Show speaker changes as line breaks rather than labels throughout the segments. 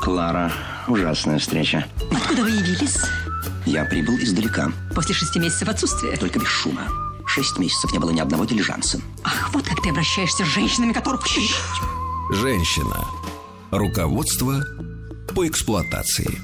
Клара, ужасная встреча.
Откуда вы явились?
Я прибыл издалека,
После шести месяцев отсутствия.
только без шума. Шесть месяцев не было ни одного дилижанса.
Ах, вот как ты обращаешься с женщинами, которых...
Женщина. Руководство по эксплуатации.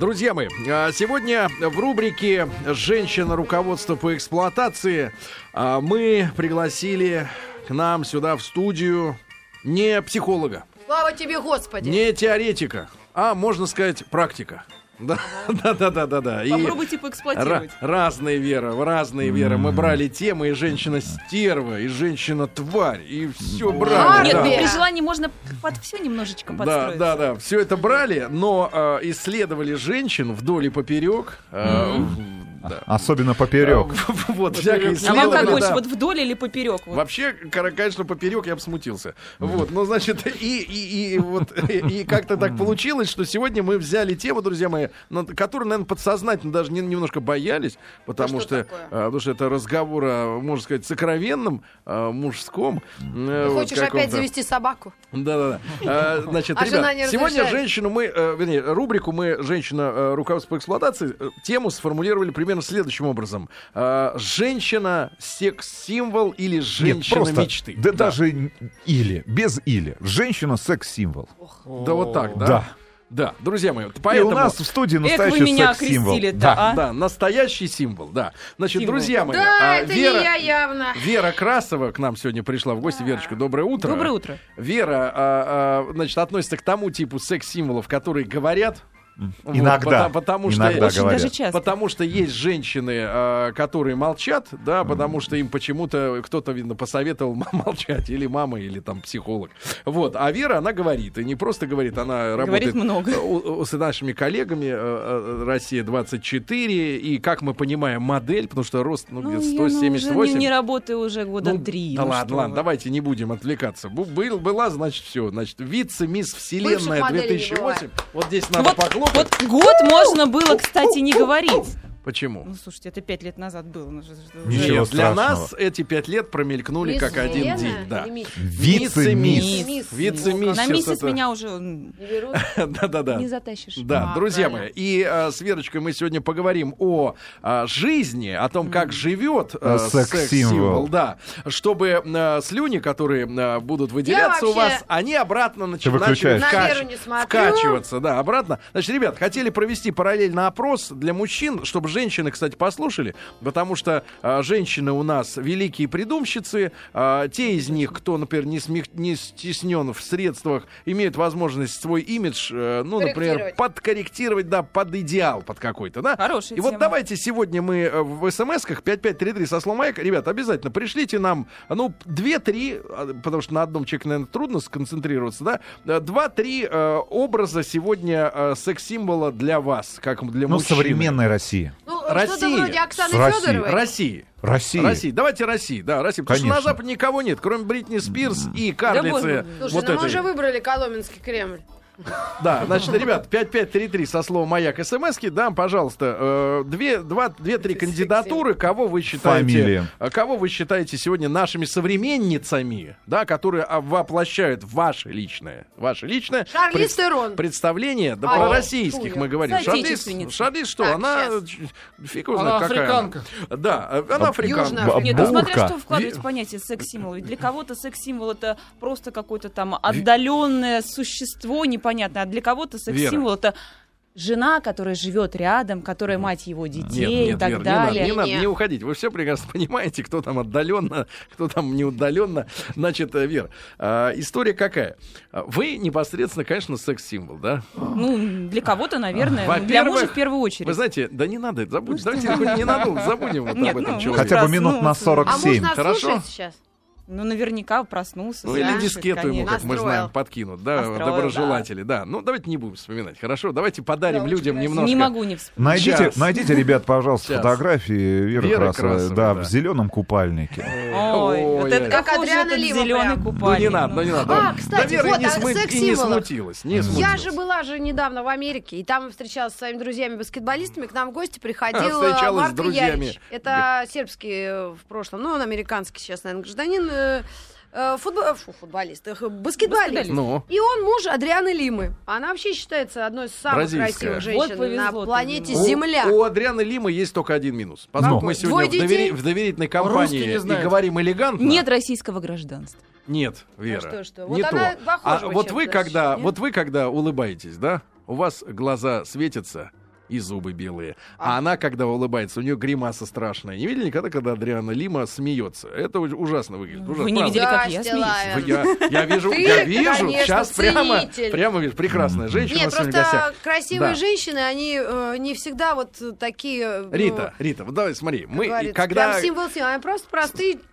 Друзья мои, а, сегодня в рубрике «Женщина. Руководство по эксплуатации» а, мы пригласили к нам сюда в студию не психолога,
Слава тебе, Господи!
не теоретика, а, можно сказать, практика. Да, да, да, да, да, да. И
Попробуйте
ра-
поэксплуатировать.
разные веры, в разные веры. Мы брали темы и женщина стерва, и женщина тварь, и все брали.
Нет,
да.
ну,
Барби.
при желании можно под все немножечко
Да,
подстроиться.
да, да. Все это брали, но э, исследовали женщин вдоль и поперек. э, в- да.
Особенно поперек.
Э, Вот, всякие
А вам как
исследования,
больше,
да.
вот вдоль или поперек? Вот.
Вообще, кор- конечно, поперек я бы смутился. Вот, ну, значит, и, и, и вот, и, и как-то так получилось, что сегодня мы взяли тему, друзья мои, над- которую, наверное, подсознательно даже не- немножко боялись, потому
что
что,
такое?
а, потому что это разговор, о, можно сказать, сокровенном, а, мужском. э,
Ты
вот
хочешь опять
каком-то.
завести собаку?
Да-да-да. А, значит,
А
ребят,
жена не
сегодня
разрешает.
женщину мы, э, вернее, рубрику мы женщина э, руководство по эксплуатации э, тему сформулировали примерно следующим образом: А, женщина секс символ или
Нет,
женщина
просто,
мечты?
да, даже н- или, без или. Женщина секс-символ.
Да вот так, да.
Да.
Да, друзья мои, вот
И
поэтому.
у нас в студии
Эх,
настоящий
вы меня
секс-символ.
окрестили-то, а?
Да, настоящий символ, да. Значит,
Символ.
друзья мои,
Да,
а,
это
Вера,
не я явно.
Вера Красова к нам сегодня пришла в гости. Верочка, доброе утро.
Доброе утро.
Вера, а, а, значит, относится к тому типу секс-символов, которые говорят. Вот,
Иногда.
пота- потому,
Иногда
что,
Очень
говорят.
даже часто.
потому что есть женщины, а, которые молчат, да, потому что им почему-то кто-то, видно, посоветовал м- молчать, или мама, или там психолог. Вот, а Вера, она говорит, и не просто говорит, она работает
Говорит много.
у- у- с нашими коллегами э, э, «Россия-24», и, как мы понимаем, модель, потому что рост, ну,
Ну,
где-то
я, ну, уже
178.
не, не работаю уже года
Ну,
три.
Да
ну
ладно,
что
ладно,
вы.
давайте не будем отвлекаться. Бу- Был, была, значит, все. Значит, вице-мисс Вселенная
Бывших моделей не
2008.
бывает.
Вот здесь
Ну
надо
вот,
похлопать.
вот год можно было, кстати, не говорить.
Почему?
Ну, слушайте, это пять лет назад было. ну, ж- ж-
Ничего.
Нет, для
страшного.
нас эти пять лет промелькнули как один день. Да.
Вице-мисс.
Мисс.
Вице-мисс.
На
сейчас
миссис
это-
меня уже м,
Да-да-да.
не затащишь.
Да,
А,
друзья мои,
правильно.
и э, с Верочкой мы сегодня поговорим о э, жизни, о том, как живет э,
Э, секс-символ.
секс-символ, да, чтобы э, слюни, которые э, будут выделяться у
вообще-
вас, они обратно начи- начали
выключаешь.
На
вкач-
Веру не смотрю.
вкачиваться, да, обратно. Значит, ребят, хотели провести параллельно опрос для мужчин, чтобы женщины, кстати, послушали, потому что э, женщины у нас великие придумщицы, э, те из них, кто, например, не, смех- не стеснен в средствах, имеют возможность свой имидж, э, ну, например,
Корректировать.
подкорректировать, да, под идеал, под какой-то, да.
Хорошая
И вот
тема.
давайте сегодня мы э, в смс-ках 5533 со словом «Маяк». Ребят, обязательно пришлите нам, ну, 2-3, а, потому что на одном человеке, наверное, трудно сконцентрироваться, да, 2-3 э, образа сегодня э, секс-символа для вас, как для
Ну,
мужчины.
современная Россия.
Ну, что-то
Россия.
вроде Оксаны
Россия.
Федоровой.
России.
Россия.
России. Давайте России, да, России. Потому что на
Конечно.
Западе никого нет, кроме Бритни Спирс и карлицы.
больно.
Слушай,
вот
ну мы
этой.
уже выбрали Коломенский Кремль.
Да, значит, ребят, 5533 со словом «Маяк» смски, да, пожалуйста, э, две, два, две-три кандидатуры, кого вы считаете,
Фамилия.
э, кого вы считаете сегодня нашими современницами, да, которые а, воплощают ваше личное, ваше личное
Шарлиз
пред-
Терон.
представление, да,
А,
про
я
российских мы
чую.
говорим. Шарлиз,
Соотечественница.
Шарлиз что,
Так,
она,
щас.
э, фиг его знает, какая она. Да, э, она африканка.
Южная.
Б-
Нет, ну смотря
бурка.
что вкладывать в понятие секс-символ. Ведь для кого-то секс-символ это просто какое-то там отдаленное существо непонятное, а для кого-то секс-символ это жена, которая живет рядом, которая мать его детей и так
Вер, не надо,
далее.
Не, надо, не,
Не.
уходить. Вы все прекрасно понимаете, кто там отдаленно, кто там не удаленно. Значит, э, Вер, э, история какая? Э, Вы непосредственно, конечно, секс-символ, да?
Ну, для кого-то, наверное, ну, для
Во-первых,
мужа в первую очередь.
Вы знаете, да не надо, это забудь. Давайте хоть ненадолго забудем вот
Нет,
об этом
ну,
человеке.
Хотя бы минут на
Проснулся.
А
47.
можно
Хорошо.
слушать сейчас?
Ну, наверняка проснулся.
Ну, или
слышит,
дискету ему,
конечно.
как мы
Настроил.
знаем, подкинут, да,
Настроил,
доброжелатели, да. Ну, давайте не будем вспоминать, хорошо? Давайте подарим
Да, очень
людям
красиво.
немножко...
Не могу не вспомнить.
Найдите,
Сейчас.
найдите, ребят, пожалуйста,
Сейчас.
фотографии Веры,
Веры
Красовой,
Красовой,
да,
да.
в зеленом
Э,
купальнике.
Ой,
Э, Ой,
вот это
ой.
как
Как
уже
Адриана
этот
Лима
зеленый
прям.
Ну,
купальник.
не надо, ну, не надо.
А, кстати,
да, Вера и
вот
не,
о
смы- и не
секс-символах.
смутилась, не
Я
смутилась.
же была же недавно в Америке, и там встречалась с своими друзьями-баскетболистами. К нам в гости приходил
А, Встречалась
э,
с
Марко
друзьями.
Ярич. Это сербский э, в прошлом, ну, он американский сейчас, наверное, гражданин. э, э, футбо- э, фу, футболист, эх, баскетболист.
Ну,
И он муж Адрианы Лимы. Она вообще считается одной из самых
Бразильская.
красивых
Вот
женщин на
повезло ты
планете
ему.
Земля.
У, у Адрианы Лимы есть только один минус. Поскольку
Ну.
мы сегодня
Двое
в, довери-
детей?
в доверительной
Русские
компании
не
и
знают.
говорим элегантно.
Нет российского гражданства.
Нет, Вера.
что, что?
Не
Вот она
то.
похожа
А
вы
вот
чем-то,
вы когда,
нет?
вот вы когда улыбаетесь, да? У вас глаза светятся и зубы белые. А, она, когда улыбается, у нее гримаса страшная. Не видели никогда, когда Адриана Лима смеется? Это у- ужасно выглядит.
Вы
ужасно.
не
Правда.
видели, как я
Здрасте,
смеюсь?
Лая.
Вы- Я, я вижу,
Ты,
я вижу.
конечно,
Сейчас прямо,
ценитель.
прямо вижу. прекрасная женщина
Нет,
у нас
просто
сегодня в гостях.
красивые
Да.
женщины, они э, не всегда вот э, такие... э, ну,
Рита, Рита, вот давай смотри, мы
говорится,
когда
Прям символ символ, они просто простые
Рита,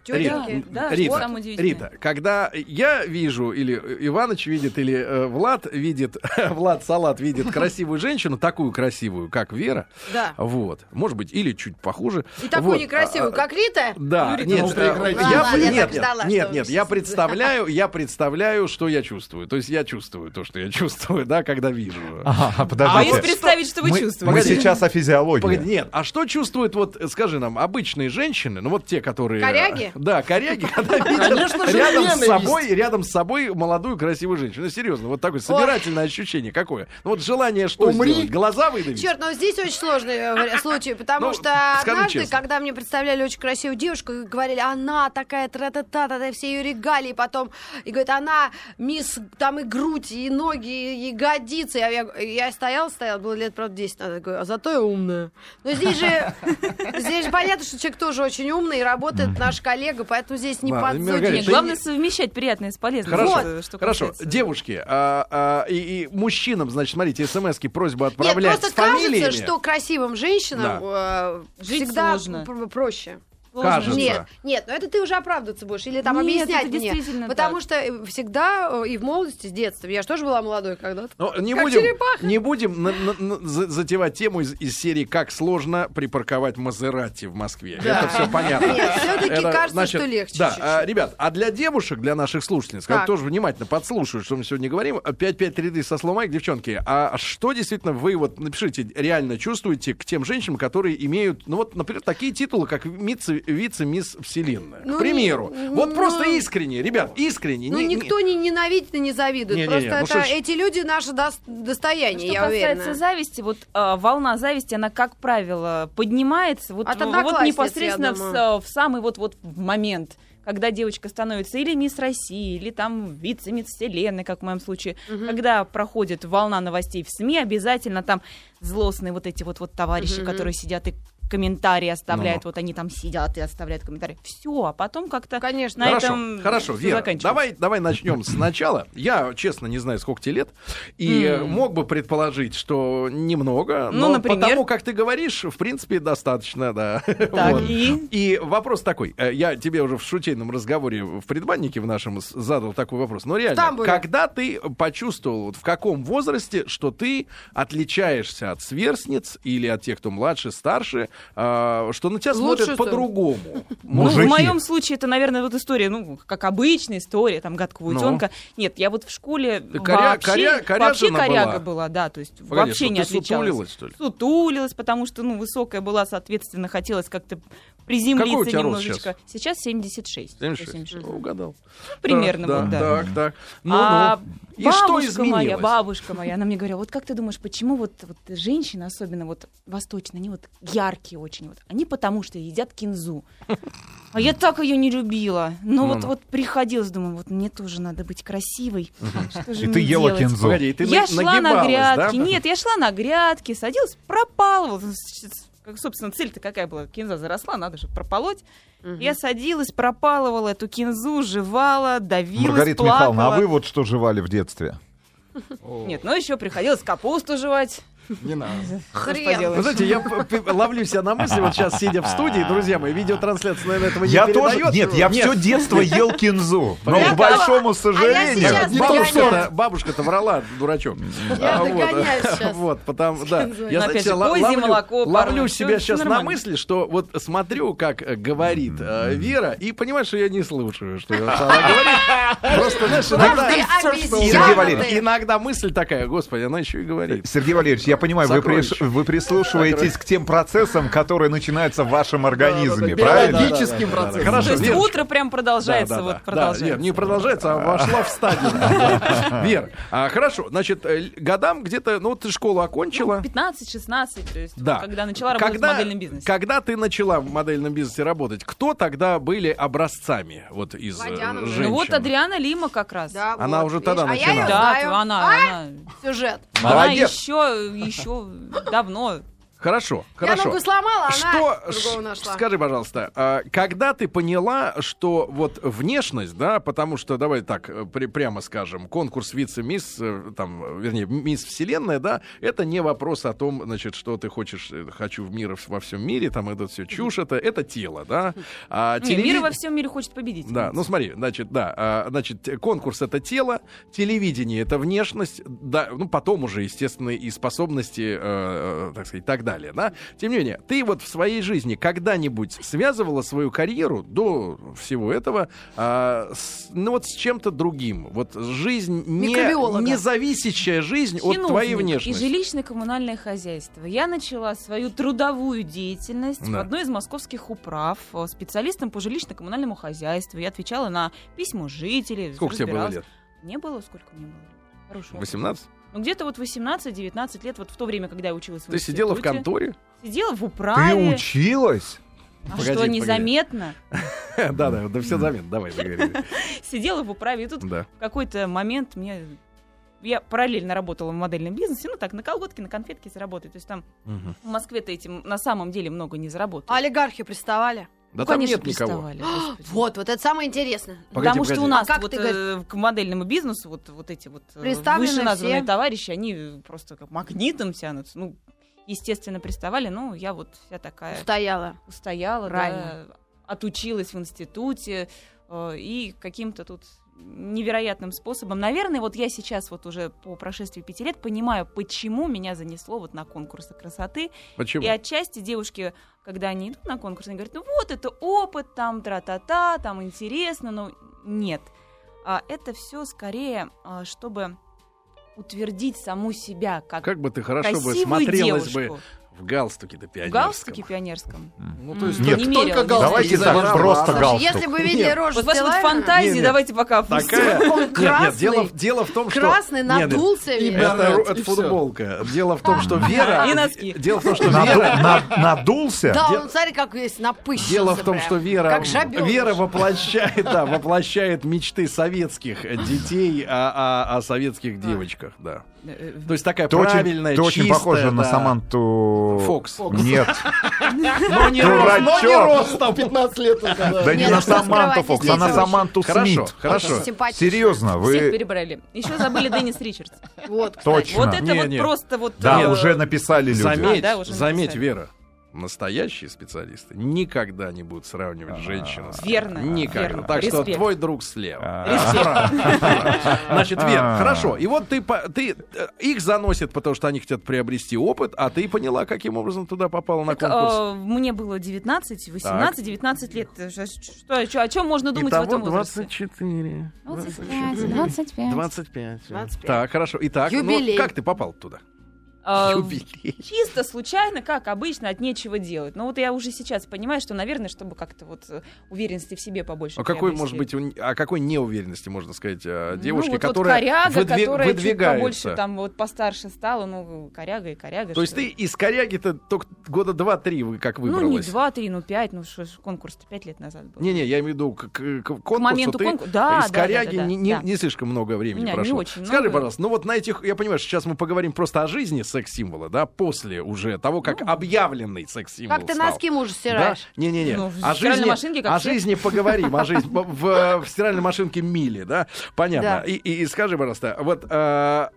тетеньки.
да,
Рита,
вот там удивительное.
Рита, когда я вижу, или Иваныч видит, или э, Влад видит, Влад Салат видит красивую женщину, такую красивую, как Вера,
Да.
вот, может быть, или чуть похуже.
И такую
вот,
некрасивую,
а,
как Рита.
да,
Юрий,
нет,
ну,
э,
проиграйте.
Ну,
я,
ладно, я
нет,
так
нет,
ждала, что
нет,
вы
я
сейчас-
представляю, я представляю, что я чувствую. То есть я чувствую то, что я чувствую, да, когда вижу.
Ага,
Боюсь
подождите.
представить, что вы
Мы-
чувствуете.
Мы сейчас о физиологии.
Погоди, нет, а что чувствуют, вот, э, скажи нам, обычные женщины, ну вот те, которые...
Коряги?
Да, коряги, когда видят
Конечно же,
рядом с
ненависть.
собой, рядом с собой молодую красивую женщину. Ну, серьезно, вот такое собирательное ощущение какое? Ну, вот желание что
Умри.
сделать? Глаза выдавить?
Черт, но здесь очень сложный э, вари- случай, потому
Ну,
что
скажи
однажды,
честно.
когда мне представляли очень красивую девушку, и говорили, она такая тра-та-та, та-та, все ее регалии потом, и говорит, она мисс, там и грудь, и ноги, и ягодицы. Я, я, я стояла, стояла, было лет, правда, 10 назад, говорю, а зато я умная. Но здесь же, здесь же понятно, что человек тоже очень умный, и работает наш коллега, поэтому здесь не
Да,
подсудишь.
Маргарита,
Нет,
ты
главное
не-
совмещать приятное с полезным.
Хорошо,
Вот, что
хорошо.
касается.
Девушки а, а, и, и мужчинам, значит, смотрите, смски просьба
Нет,
отправлять
просто
с фамилиями.
кажется, что красивым женщинам э,
Жить
всегда
сложно.
пр- проще.
Сложно.
Кажется.
Нет, нет, но это ты уже оправдываться будешь или там
Нет,
объяснять
это
мне.
действительно
Потому
так.
что э, всегда э, и в молодости, с детства, я же тоже была молодой когда-то.
Но не
Как
будем,
черепаха.
не будем на- на- на- за- затевать тему из, из серии «Как сложно припарковать Мазерати в Москве».
Да.
Это все понятно.
Нет, всё-таки
Это,
кажется,
значит,
что легче
Да,
чуть-чуть.
а, ребят, а для девушек, для наших слушательниц, которые
Так.
тоже внимательно подслушают, что мы сегодня говорим, 5533 со словом «Майк», девчонки, а что действительно вы вот напишите, реально чувствуете к тем женщинам, которые имеют, ну вот, например, такие титулы, как вице- вице-мисс Вселенная,
Ну,
к примеру.
не-
вот
ну,
просто искренне, ребят, искренне.
Ну,
не- не-
никто не ненавидит и не завидует.
Не-не-не,
Просто
ну
это,
что ж-
эти люди наше дос- достояние,
Что
я
касается
уверена.
зависти, вот а, волна зависти, она, как правило, поднимается вот,
От
в- вот
одноклассниц, я
непосредственно в,
думаю.
с- в самый вот-вот в момент, когда девочка становится или мисс России, или там вице-мисс Вселенной, как в моем случае. Когда проходит волна новостей в СМИ, обязательно там злостные вот эти вот, вот товарищи, которые сидят и комментарии оставляют, вот они там сидят и оставляют комментарии. Все, а потом как-то
Ну, Конечно.
на
хорошо,
этом
хорошо,
всё
Вера,
заканчивается.
давай, давай начнем сначала. Я, честно, не знаю, сколько тебе лет, и э, мог бы предположить, что немного,
Ну,
но
например?
потому, как ты говоришь, в принципе, достаточно, да.
Так,
Вот.
и?
И вопрос такой. э, Я тебе уже в шутейном разговоре в предбаннике в нашем с- задал такой вопрос. Но реально,
тамбуре.
когда ты почувствовал, вот в каком возрасте, что ты отличаешься от сверстниц или от тех, кто младше, старше, а, что на тебя
Лучше
смотрят
ты.
по-другому?
Ну,
Мужики.
в моем случае это, наверное, вот история, ну, как обычная история, там, гадкого
Ну.
утенка. Нет, я вот в школе
коря-
вообще,
коря-
вообще
коряжена
коряга
была?
была. да, то есть
Погоди,
вообще
что,
не
ты
отличалась.
сутулилась, что ли?
Сутулилась, потому что, ну, высокая была, соответственно, хотелось как-то приземлиться
Какой у тебя рост
немножечко. сейчас? 76.
76.
76.
Ну, Угадал.
Примерно,
да,
вот, да.
Так, так. Ну,
а
ну. И что
бабушка
изменилось?
моя, бабушка моя, она мне говорила, вот как ты думаешь, почему вот, вот женщины, особенно вот восточные, они вот яркие очень, вот, они потому что едят кинзу. А я так ее не любила. Но
Ну,
вот,
Ну-ну.
вот приходилось, думаю, вот мне тоже надо быть красивой. Что же
И
мне
ты ела
делать?
кинзу.
Погоди, ты
я
на-
шла на
нагибалась,
грядки.
да?
Нет, я шла на грядки, садилась, пропалывала. С- Как, собственно, цель-то какая была? Кинза заросла, надо же прополоть. Я садилась, пропалывала эту кинзу, жевала, давилась,
Маргарита
плакала.
Михайловна, а вы вот что жевали в детстве?
Нет, но еще приходилось капусту жевать.
Не надо.
Хрен.
Что ж поделаешь.
Вы Ну, знаете, я п- п- ловлю себя на мысли, вот сейчас сидя в студии, друзья мои, видеотрансляция, наверное, этого не
Я
передает.
тоже... Нет, я все детство ел кинзу. Но,
Погоди.
к большому сожалению...
сейчас
Не
догоняю.
то, что-
Бабушка-то, бабушка-то врала, дурачок.
Я
А, вот,
догоняю сейчас.
Вот, потому, да.
Кинзой.
Я,
Ну,
знаете,
опять же,
ло-
козье
ловлю,
молоко
ловлю
порой.
себя
Всё-
сейчас
всё
на
нормально.
мысли, что вот смотрю, как э, говорит э, Вера, и понимаю, что я не слушаю, что она говорит. Просто, знаешь,
Ах
иногда...
ты,
Сергей
обезьяна
Валерьевич,
ты.
Иногда мысль такая, господи, она еще и говорит.
Сергей Валерьевич, я я понимаю, вы,
Сокровище.
приш- вы прислушиваетесь к тем процессам, которые начинаются в вашем организме, правильно?
Биологическим процессом.
Хорошо,
То есть
Верочка.
утро прям продолжается,
Да, да,
вот
да. Да,
продолжается.
Вер, не продолжается, а вошла в стадию. Да. Вер, а, хорошо, значит, э, л- годам где-то, ну, ты школу окончила.
15-16, то есть
Да.
вот когда начала работать
Когда-
в модельном бизнесе.
Когда ты начала в модельном бизнесе работать, кто тогда были образцами вот из э,
Водянова. Ну
женщин?
Ну вот Адриана Лима как раз.
Да,
Она
вот,
уже тогда
видишь, А я её
начинала.
Да,
знаю.
она,
А,
она,
Сюжет.
она
Молодец.
еще, еще давно.
А Хорошо,
Я
хорошо.
ногу сломала,
Что,
она другого
ш-
нашла.
скажи, пожалуйста, а, когда ты поняла, что вот внешность, да, потому что, давай так, э, при- прямо скажем, конкурс вице-мисс, э, там, э, вернее, мисс Вселенная, да, это не вопрос о том, значит, что ты хочешь, э, хочу в мир во всем мире, там, это все чушь, это, это тело, да. А
Не,
телевид-
мир во всем мире хочет победить.
Да, ну смотри, значит, да, а, значит, те- конкурс это тело, телевидение это внешность, да, ну потом уже, естественно, и способности, э, так сказать, и так далее, да. Тем не менее, ты вот в своей жизни когда-нибудь связывала свою карьеру до всего этого, а, с- ну вот с чем-то другим, вот жизнь не,
Микробиолога.
не зависящая жизнь от
Чиновник
твоей
и
внешности.
жилищно-коммунальное хозяйство. Я начала свою трудовую деятельность в
Да.
одной из московских управ э, специалистом по жилищно-коммунальному хозяйству. Я отвечала на письма жителей.
Сколько тебе было
разбиралась.
лет?
Мне было, сколько мне было? Хороший вопрос.
18?
Ну, где-то вот 18-19 лет, вот в то время, когда я училась в
Ты сидела в
институте.
конторе?
Сидела в
Ты
управе.
училась?
Ну,
А
Погоди,
что,
погоди.
незаметно?
Да, да, да, все заметно, давай, договорились.
Сидела в управе, и тут
Да.
в какой-то момент мне... Я параллельно работала в модельном бизнесе, ну так, на колготки, на конфетки заработать. То есть там
Мгм.
в Москве-то этим на самом деле много не заработаешь.
Олигархи приставали.
Да
Ну,
там
конечно,
А, нет никого.
приставали, господи.
Вот, вот это самое интересное.
Погоди,
Потому что
погоди.
у нас
А как
вот,
ты
э, к модельному бизнесу вот, вот эти вот э,
Представлены
вышеназванные
все.
товарищи, они просто как магнитом тянутся. Ну, естественно, приставали, но я вот вся такая
Стояла.
устояла,
Правильно.
да, отучилась в институте э, и каким-то тут невероятным способом. Наверное, вот я сейчас вот уже по прошествии пяти лет понимаю, почему меня занесло вот на конкурсы красоты.
Почему?
И отчасти девушки, когда они идут на конкурс, они говорят, ну вот это опыт, там тра-та-та, там интересно, но нет. А, это все скорее, а, чтобы утвердить саму себя как,
Как бы ты хорошо бы
красивую
смотрелась
девушку.
бы в галстуке-то
в
пионерском.
галстуке пионерском.
Ну, то есть,
Нет.
Не
Только
мерила, не
галстук.
Давайте
из-за
так,
барабана.
просто
Ну,
Слушай,
галстук.
если бы вы видели рожу
Вот ваши вот
Стилавина,
фантазии,
Не-не.
давайте пока опустим.
такая... Нет, нет, дело,
красный.
в- дело в том, что...
красный
Нет, нет,
надулся
И
весь.
б-
Это, ру-
И
это
всё.
футболка. Дело в том, что Вера...
И носки.
Дело в том, что
Наду-
Вера...
на- Надулся?
Да,
Де-
он, смотри, как весь напыщился.
Дело в том,
прям.
что Вера,
Как жабёныш.
Вера воплощает, да, воплощает мечты советских детей о, о- о советских девочек, да. То есть такая
Ты
правильная,
очень, ты очень
чистая,
похожа на
да.
Саманту...
Фокс.
Нет,
Но не, рос- но не
Дурачок.
ростом.
15 лет это, да.
да не
Нет,
на
ну что
Саманту
скрывать,
Фокс,
здесь
а на
очень.
Саманту
Хорошо,
Смит.
хорошо.
Симпатично.
Серьезно,
Всех
вы
перебрали. Еще забыли Деннис Ричардс.
Вот, кстати.
точно.
Вот это
Не,
вот
не.
просто вот...
Да,
э,
уже написали люди.
Заметь,
А, да, уже
заметь,
написали.
Вера, настоящие специалисты никогда не будут сравнивать женщину с
Верно,
Никогда.
верно.
Так что
Респект.
твой друг слева.
Респект.
Значит, Вер,
А.
хорошо. И вот ты, по- ты э, их заносит, потому что они хотят приобрести опыт, а ты поняла, каким образом туда попала на
Так,
конкурс.
э, Мне было 19, 18,
Так.
19 лет. Что, что- что- о чем можно думать в этом возрасте?
24.
25, 25.
25.
25.
Так, хорошо. Итак, ну,
Юбилей.
как ты попал туда?
Э,
Юбилей.
Чисто случайно, как обычно, от нечего делать. Но вот я уже сейчас понимаю, что, наверное, чтобы как-то вот э, уверенности в себе побольше.
А какой,
приобрести.
может быть, у- о какой неуверенности можно сказать о
Ну,
девушке,
вот- вот
которая,
коряга,
выдвиг-
которая чуть
выдвигается?
побольше там вот постарше стала, ну коряга и коряга.
То есть
что-
ты из коряги-то только года 2-3 вы как
ну не
выбралась?
два, три, ну пять, ну что ж, конкурс-то пять лет назад был.
Не-не, я имею в виду к, к- к конкурсу
моменту
ты
конкур- да,
из
да,
коряги
да, да,
не,
да,
не-
да.
не слишком много времени
У меня не
прошло.
очень
Скажи,
много.
пожалуйста, ну вот на этих, я понимаю, что сейчас мы поговорим просто о жизни секс-символа, да, после уже того, как
Ну.
объявленный секс-символ
Как ты
стал.
носки мужа
Да?
стираешь?
Не-не-не.
Ну, в
о
стиральной
жизни,
машинке, как
о
все.
жизни поговорим, о жизни в, в- в стиральной машинке Мили, да? Понятно.
Да.
И, и- и скажи, пожалуйста, вот э,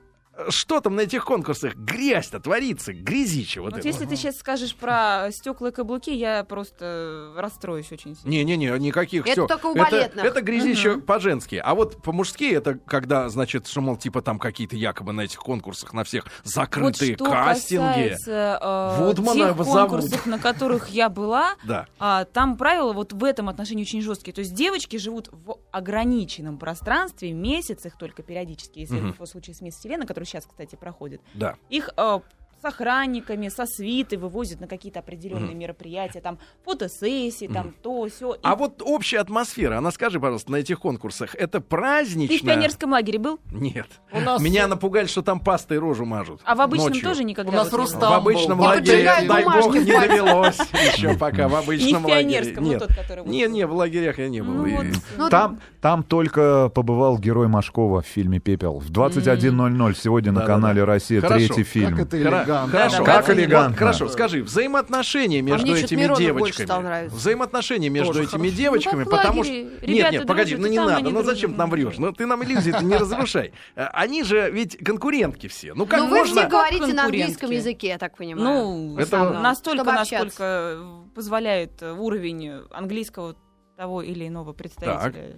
что там на этих конкурсах? Грязь-то творится, грязище вот,
Вот
это.
если ты сейчас скажешь про стекла и каблуки, я просто э, расстроюсь очень сильно.
Не-не-не, никаких.
Это
всё.
только у
это,
балетных.
это грязище по-женски. А вот по-мужски это когда, значит, что, мол, типа там какие-то якобы на этих конкурсах на всех закрытые
вот что
кастинги.
касается э,
Вудмана
тех
его зовут.
конкурсов, на которых я была,
Да.
а, там правила вот в этом отношении очень жесткие. То есть девочки живут в ограниченном пространстве, месяцах только периодически, если
Мгм.
в случае с Мисс Вселенной, который сейчас, кстати, проходит,
Да.
их э, с охранниками, со свиты вывозят на какие-то определенные мероприятия, там фотосессии, там то, все.
А вот общая атмосфера, она скажи, пожалуйста, на этих конкурсах, это
Ты в
праздничная?
пионерском лагере был?
Нет.
У нас-
Меня напугали, что там пастой рожу мажут.
А в обычном
ночью.
тоже никогда?
У нас
вот не было?
Рустам
В обычном
был. Я
лагере,
подбираю
дай бог,
бумажки.
не довелось еще пока в
Не в
обычном лагере.
пионерском, вот
Нет.
тот, который... вот-
Не, не, в лагерях я не был.
Ну
И-
вот,
Ну,
Там, там только побывал герой Машкова в фильме «Пепел». В 21.00 сегодня на
Да-да-да.
канале «Россия»
Хорошо.
третий
Как
фильм.
это
Хоро-
элегантно.
Хорошо.
Как
Вот,
элегантно.
Хорошо, скажи, взаимоотношения между
мне чё-то
этими
Миронов больше стал
девочками.
нравиться.
Взаимоотношения между
Тоже
этими
хорошо.
девочками,
Ну, как в
потому что...
лагере.
Нет,
Ребята
нет, погоди,
дружат,
ну
и
не
там
надо,
они
ну
дружат.
зачем ты нам врешь? Ну ты нам иллюзии не разрушай. Э, Они же ведь конкурентки все. Ну
Ну
как
вы все
можно...
говорите на
конкурентки.
английском языке, я так понимаю.
Ну,
Это-
сам- настолько,
Чтобы общаться.
насколько э, позволяет э, уровень английского того или иного представителя.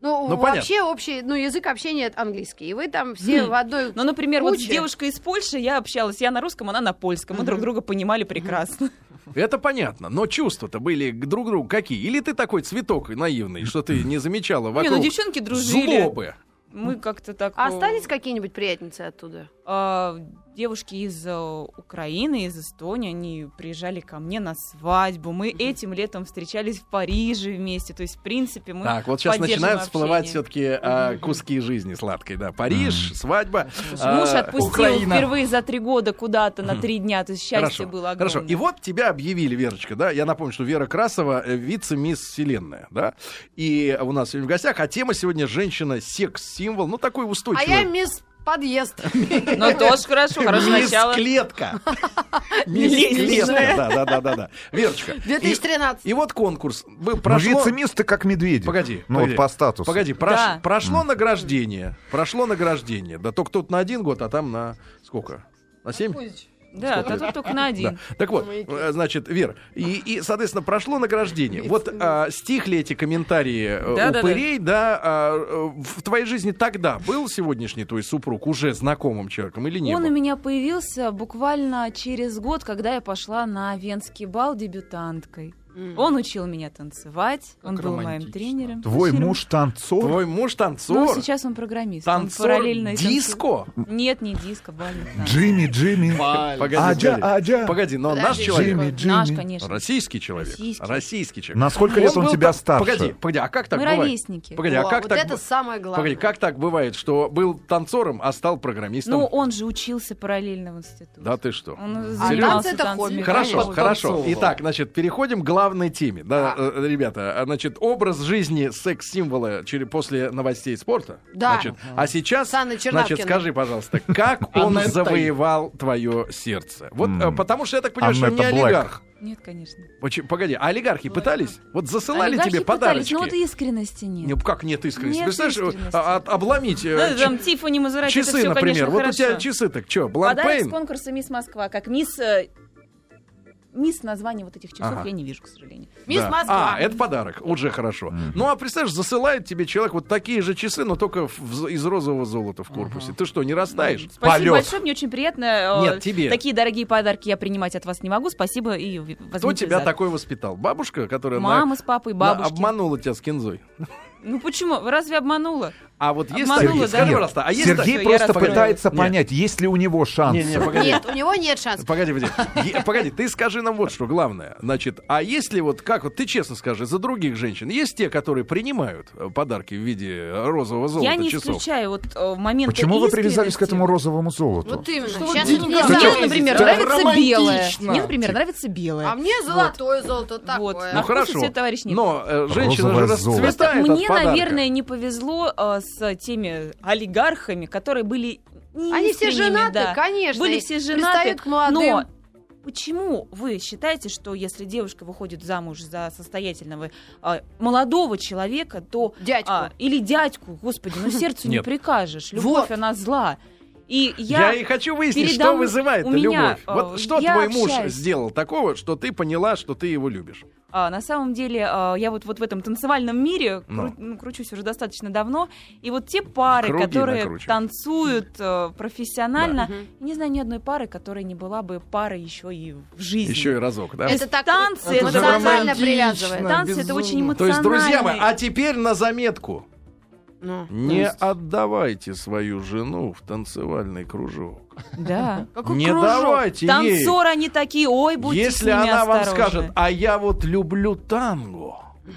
Ну,
ну,
вообще общий, ну, язык общения это английский. И вы там все в одной...
Ну, например, вот с
Куча.
девушкой из Польши я общалась, я на русском, она на польском. Мы друг друга понимали прекрасно.
Это понятно, но чувства-то были к друг другу какие? Или ты такой цветок наивный, что ты не замечала
Не,
вокруг
ну девчонки дружили.
злобы?
Мы как-то так...
А
э,
остались какие-нибудь приятницы оттуда?
а, девушки из э, Украины, из Эстонии, они приезжали ко мне на свадьбу. Мы этим летом встречались в Париже вместе. То есть, в принципе, мы
Так, вот сейчас
поддерживаем
начинают всплывать
общение.
все-таки куски жизни сладкой, да. Париж, свадьба,
Муж
а,
отпустил
Украина.
впервые за три года куда-то на три дня. То есть счастье было огромное.
Хорошо. И вот тебя объявили, Верочка, да? Я напомню, что Вера Красова э, вице-мисс Вселенная, да? И у нас сегодня в гостях, а тема сегодня женщина, секс-символ, ну такой
А
устойчивый.
я мисс подъезд.
Ну тоже хорошо, хорошее
Мисс
начало.
клетка. Мисс клетка. Да, да, да, да, да. Верочка. и-
2013.
И вот конкурс. Был-
Ну,
Прошло...
вице-мисс ты как Медведев.
Погоди.
Ну,
погоди.
вот по статусу.
Погоди, прош-
Да.
прошло награждение. Прошло награждение. Да только тут на один год, а там на сколько? На семь?
Да, да тут только на один.
Да. Так вот, э, значит, Вера, и, и, соответственно, прошло награждение. Вот а, стихли эти комментарии э,
Да-да-да.
упырей, да, а, э, в твоей жизни тогда был сегодняшний твой супруг уже знакомым человеком или не
Он
был?
у меня появился буквально через год, когда я пошла на венский бал дебютанткой. Он учил меня танцевать, он был моим
романтично.
тренером.
Твой
Очень
муж танцор?
Твой муж
Ну,
танцор.
сейчас он программист.
Танцор
он параллельно и
диско?
танцует. Нет, не диско, бальный танец.
Джимми, Джимми.
Палец.
Погоди,
Аджа,
погоди.
аджа.
Погоди, но он наш
Подожди.
человек.
Джимми,
Наш,
Джимми.
конечно.
Российский человек.
Российский.
Российский человек.
На сколько лет он
был
тебя
так-
старше?
Погоди, погоди, а как так
Мы
бывает?
ровесники.
Погоди, а
О,
как
вот
так?
это
б-
самое главное.
Погоди, как так бывает, что был танцором, а стал программистом?
Ну, он же учился параллельно в институте.
Да ты что?
Он
А танцы
занимался
это
танцами.
хобби,
Хорошо,
Конечно.
хорошо.
Подтанцовывал.
Итак, значит, переходим к главной теме. Да, э, ребята, а, значит, образ жизни секс-символа через- после новостей спорта.
Да.
Значит, а сейчас,
С Анной
значит,
Чернавкиной.
скажи, пожалуйста, как он
Анна Эйнштейн.
завоевал твое сердце? Вот, э, потому что я так понимаю, что
Анна
не
это Блэк.
олигарх.
Нет, конечно.
Поч- Погоди, а олигархи пытались? Вот засылали
Олигархи
тебе
пытались,
подарочки?
Но вот искренности нет.
Ну, как нет искренности?
Нет
Представляешь,
искренности.
а- от- обломить э,
Да,
чи-
Ну, там Тиффани Мазерати, это
часы,
все,
например.
конечно,
вот
хорошо.
у тебя часы так что,
Подарок
бланпейн?
с конкурса «Мисс Москва». Как мисс... э, Мисс название вот этих часов
Ага.
я не вижу, к сожалению.
Мисс
Да.
Москва.
А, это подарок, уже хорошо. Ну а представляешь, засылает тебе человек вот такие же часы, но только в- в- из розового золота в корпусе. Ты что, не растаешь?
Спасибо
Полёт.
большое, мне очень приятно. э,
Нет, тебе.
Такие дорогие подарки я принимать от вас не могу. Спасибо и в- возьмите
Кто тебя
за-
такой воспитал? Бабушка, которая на-
Мама с папой,
на-
бабушки.
обманула тебя с кинзой.
Ну почему? Разве обманула?
А вот есть
Обманула,
такие?
да.
Скажи,
Нет.
пожалуйста, а есть
Сергей
так-
такие?
я
просто
распознаю.
пытается
Нет.
понять, есть ли у него шанс.
Не, не, погоди.
Нет, у него нет шансов.
Погоди, погоди. Е- погоди, ты скажи нам вот что главное. Значит, а если вот как вот ты честно скажи, за других женщин есть те, которые принимают э, подарки в виде э, розового золота
я не
часов?
исключаю вот э, момента
Почему вы привязались к
искренности.
этому розовому золоту?
Вот именно.
Что вы
Сейчас
деньгами Да.
не
Мне,
знаю.
делаете?
например,
Да,
нравится белое.
романтично.
Мне, например, нравится белое.
А мне золотое золото такое.
Вот.
Ну
На вкус и
хорошо.
цвет Э, товарищ не
Но э, женщина же
Розовое золото.
расцветает от
Мне,
подарка.
наверное, не повезло э, с теми олигархами, которые были не
Они все
искренними,
женаты,
да.
конечно.
Были
и
все женаты,
пристают к молодым.
но почему вы считаете, что если девушка выходит замуж за состоятельного э, молодого человека, то
Дядьку.
а, или дядьку, господи, ну сердцу не
Нет.
прикажешь, любовь
Вот.
она зла. И
Я,
я,
и хочу выяснить,
передам
что вызывает
у меня,
любовь. Вот
э,
что
я
твой муж
общаюсь.
сделал такого, что ты поняла, что ты его любишь.
А, на самом деле, а, я вот, вот в этом танцевальном мире
Ну.
кру- ну, кручусь уже достаточно давно, и вот те пары,
Круги
которые
накручиваешь.
танцуют э, профессионально,
Да. Мгм.
не знаю ни одной пары, которая не была бы парой еще и в жизни.
Еще и разок, да?
Это так
Танцы,
это
эмоционально
романтично.
привязывает.
Да,
Танцы это
безумно.
а
очень эмоционально.
То есть, друзья мои, а теперь на заметку.
Ну,
Не отдавайте свою жену в танцевальный кружок.
Да.
какой
не
кружок?
давайте ей.
Танцоры они такие, ой, будьте с
Если
ними
она вам
осторожны.
скажет, а я вот люблю танго,